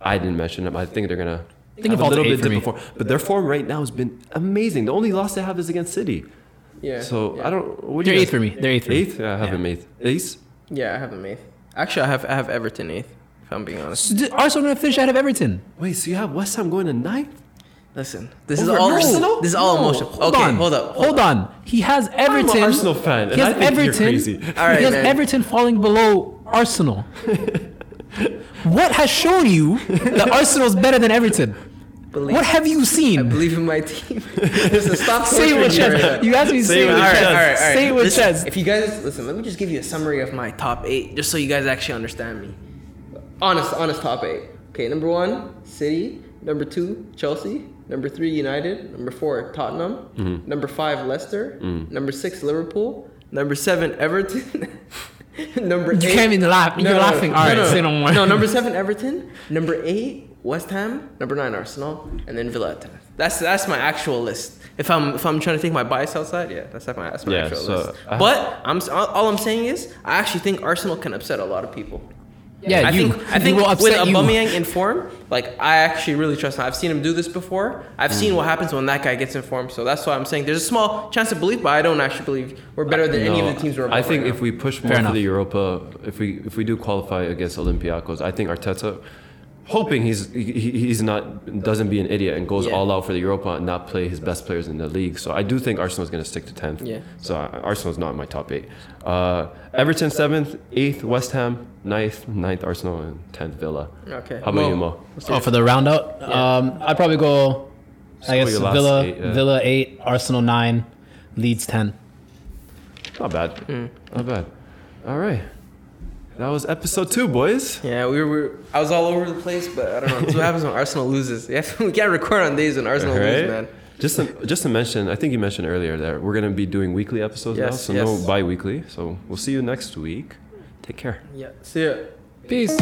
Speaker 1: I didn't mention them. I think they're gonna
Speaker 3: think it
Speaker 1: have a
Speaker 3: falls to
Speaker 1: little
Speaker 3: eight
Speaker 1: bit
Speaker 3: for me.
Speaker 1: different form, but their form right now has been amazing. The only loss they have is against City.
Speaker 2: Yeah.
Speaker 1: So I don't. What do
Speaker 3: They're
Speaker 1: you
Speaker 3: eighth
Speaker 1: guys-
Speaker 3: for me. They're eighth. For me.
Speaker 1: Eighth? Yeah, I have them eighth. Ace?
Speaker 2: Yeah, I have them eighth. Actually, I have I have Everton eighth. If I'm being honest.
Speaker 3: So, did Arsenal gonna finish out of Everton.
Speaker 1: Wait, so you have West Ham going to ninth?
Speaker 2: Listen, this
Speaker 1: Over
Speaker 2: is all
Speaker 1: Arsenal?
Speaker 2: This is all
Speaker 3: No,
Speaker 2: emotional. okay, hold up.
Speaker 3: Hold, on. He has Everton.
Speaker 1: Arsenal fan,
Speaker 3: He
Speaker 1: and
Speaker 3: has
Speaker 1: I think you're
Speaker 3: Everton.
Speaker 1: crazy.
Speaker 2: All right,
Speaker 3: he has
Speaker 2: man.
Speaker 3: Everton falling below Arsenal. what has shown you that Arsenal's better than Everton?
Speaker 2: Believe-
Speaker 3: what have you
Speaker 2: I
Speaker 3: seen?
Speaker 2: believe in my team. Listen, stop
Speaker 3: Say it
Speaker 2: torturing
Speaker 3: with
Speaker 2: me right now.
Speaker 3: chest. You asked me to
Speaker 1: Say
Speaker 3: say
Speaker 1: it
Speaker 3: it
Speaker 1: with
Speaker 3: with
Speaker 1: your
Speaker 3: chest.
Speaker 1: chest.
Speaker 3: Say it with
Speaker 2: Listen,
Speaker 3: chest.
Speaker 2: If you guys listen, let me just give you a summary of my top eight, just so you guys actually understand me. Honest, honest top eight. Okay, number one, City. Number two, Chelsea. Number three, United. Number four, Tottenham. Number five, Leicester. Number six, Liverpool. Number seven, Everton. number
Speaker 3: You can't even laugh. You're laughing. All right, say no more.
Speaker 2: No, number seven, Everton. Number eight, West Ham. Number nine, Arsenal, and then Villa. At 10th. That's that's my actual list. If I'm if I'm trying to take my bias outside, yeah, that's not my that's my
Speaker 1: Yeah,
Speaker 2: actual
Speaker 1: so uh,
Speaker 2: list.
Speaker 1: I-
Speaker 2: but I'm s- all all I'm saying is I actually think Arsenal can upset a lot of people.
Speaker 3: Yeah,
Speaker 2: I
Speaker 3: you.
Speaker 2: think I think
Speaker 3: will
Speaker 2: with
Speaker 3: upset you.
Speaker 2: Aubameyang in form, like I actually really trust him. I've seen him do this before. I've
Speaker 1: Mm.
Speaker 2: seen what happens when that guy gets in form. So that's why I'm saying there's a small chance of belief, but I don't actually believe we're better than any
Speaker 1: No,
Speaker 2: of the teams we're.
Speaker 1: I
Speaker 2: above
Speaker 1: think
Speaker 2: right
Speaker 1: if we push more
Speaker 3: Fair
Speaker 1: for the
Speaker 3: enough.
Speaker 1: Europa, if we if we do qualify against Olympiacos, I think Arteta, hoping he's he, he's not doesn't be an idiot and goes
Speaker 2: Yeah.
Speaker 1: all out for the Europa and not play his best players in the league. So I do think Arsenal's going to stick to tenth.
Speaker 2: Yeah.
Speaker 1: So I- Arsenal's not in my top eight. Uh, Everton seventh, eighth West Ham, ninth, ninth Arsenal, and tenth Villa.
Speaker 2: now. okay.
Speaker 1: How about
Speaker 2: Well,
Speaker 1: you, Mo?
Speaker 3: Oh, for the round out, um, I'd probably go. I
Speaker 1: go
Speaker 3: guess
Speaker 1: your last
Speaker 3: Villa,
Speaker 1: eight, yeah.
Speaker 3: Villa eight, Arsenal nine, Leeds ten.
Speaker 1: Not bad.
Speaker 2: Mm.
Speaker 1: Not bad. All right. That was episode two, boys.
Speaker 2: Yeah, we were. I was all over the place, but I don't know. That's what happens when Arsenal loses. Yeah, we can't record on days when Arsenal
Speaker 1: Right?
Speaker 2: loses, man.
Speaker 1: Just to, just to mention, I think you mentioned earlier that we're going to be doing weekly episodes now,
Speaker 2: Yes,
Speaker 1: so
Speaker 2: yes.
Speaker 1: no bi-weekly. So we'll see you next week. Take care.
Speaker 2: Yeah. See ya.
Speaker 3: Peace.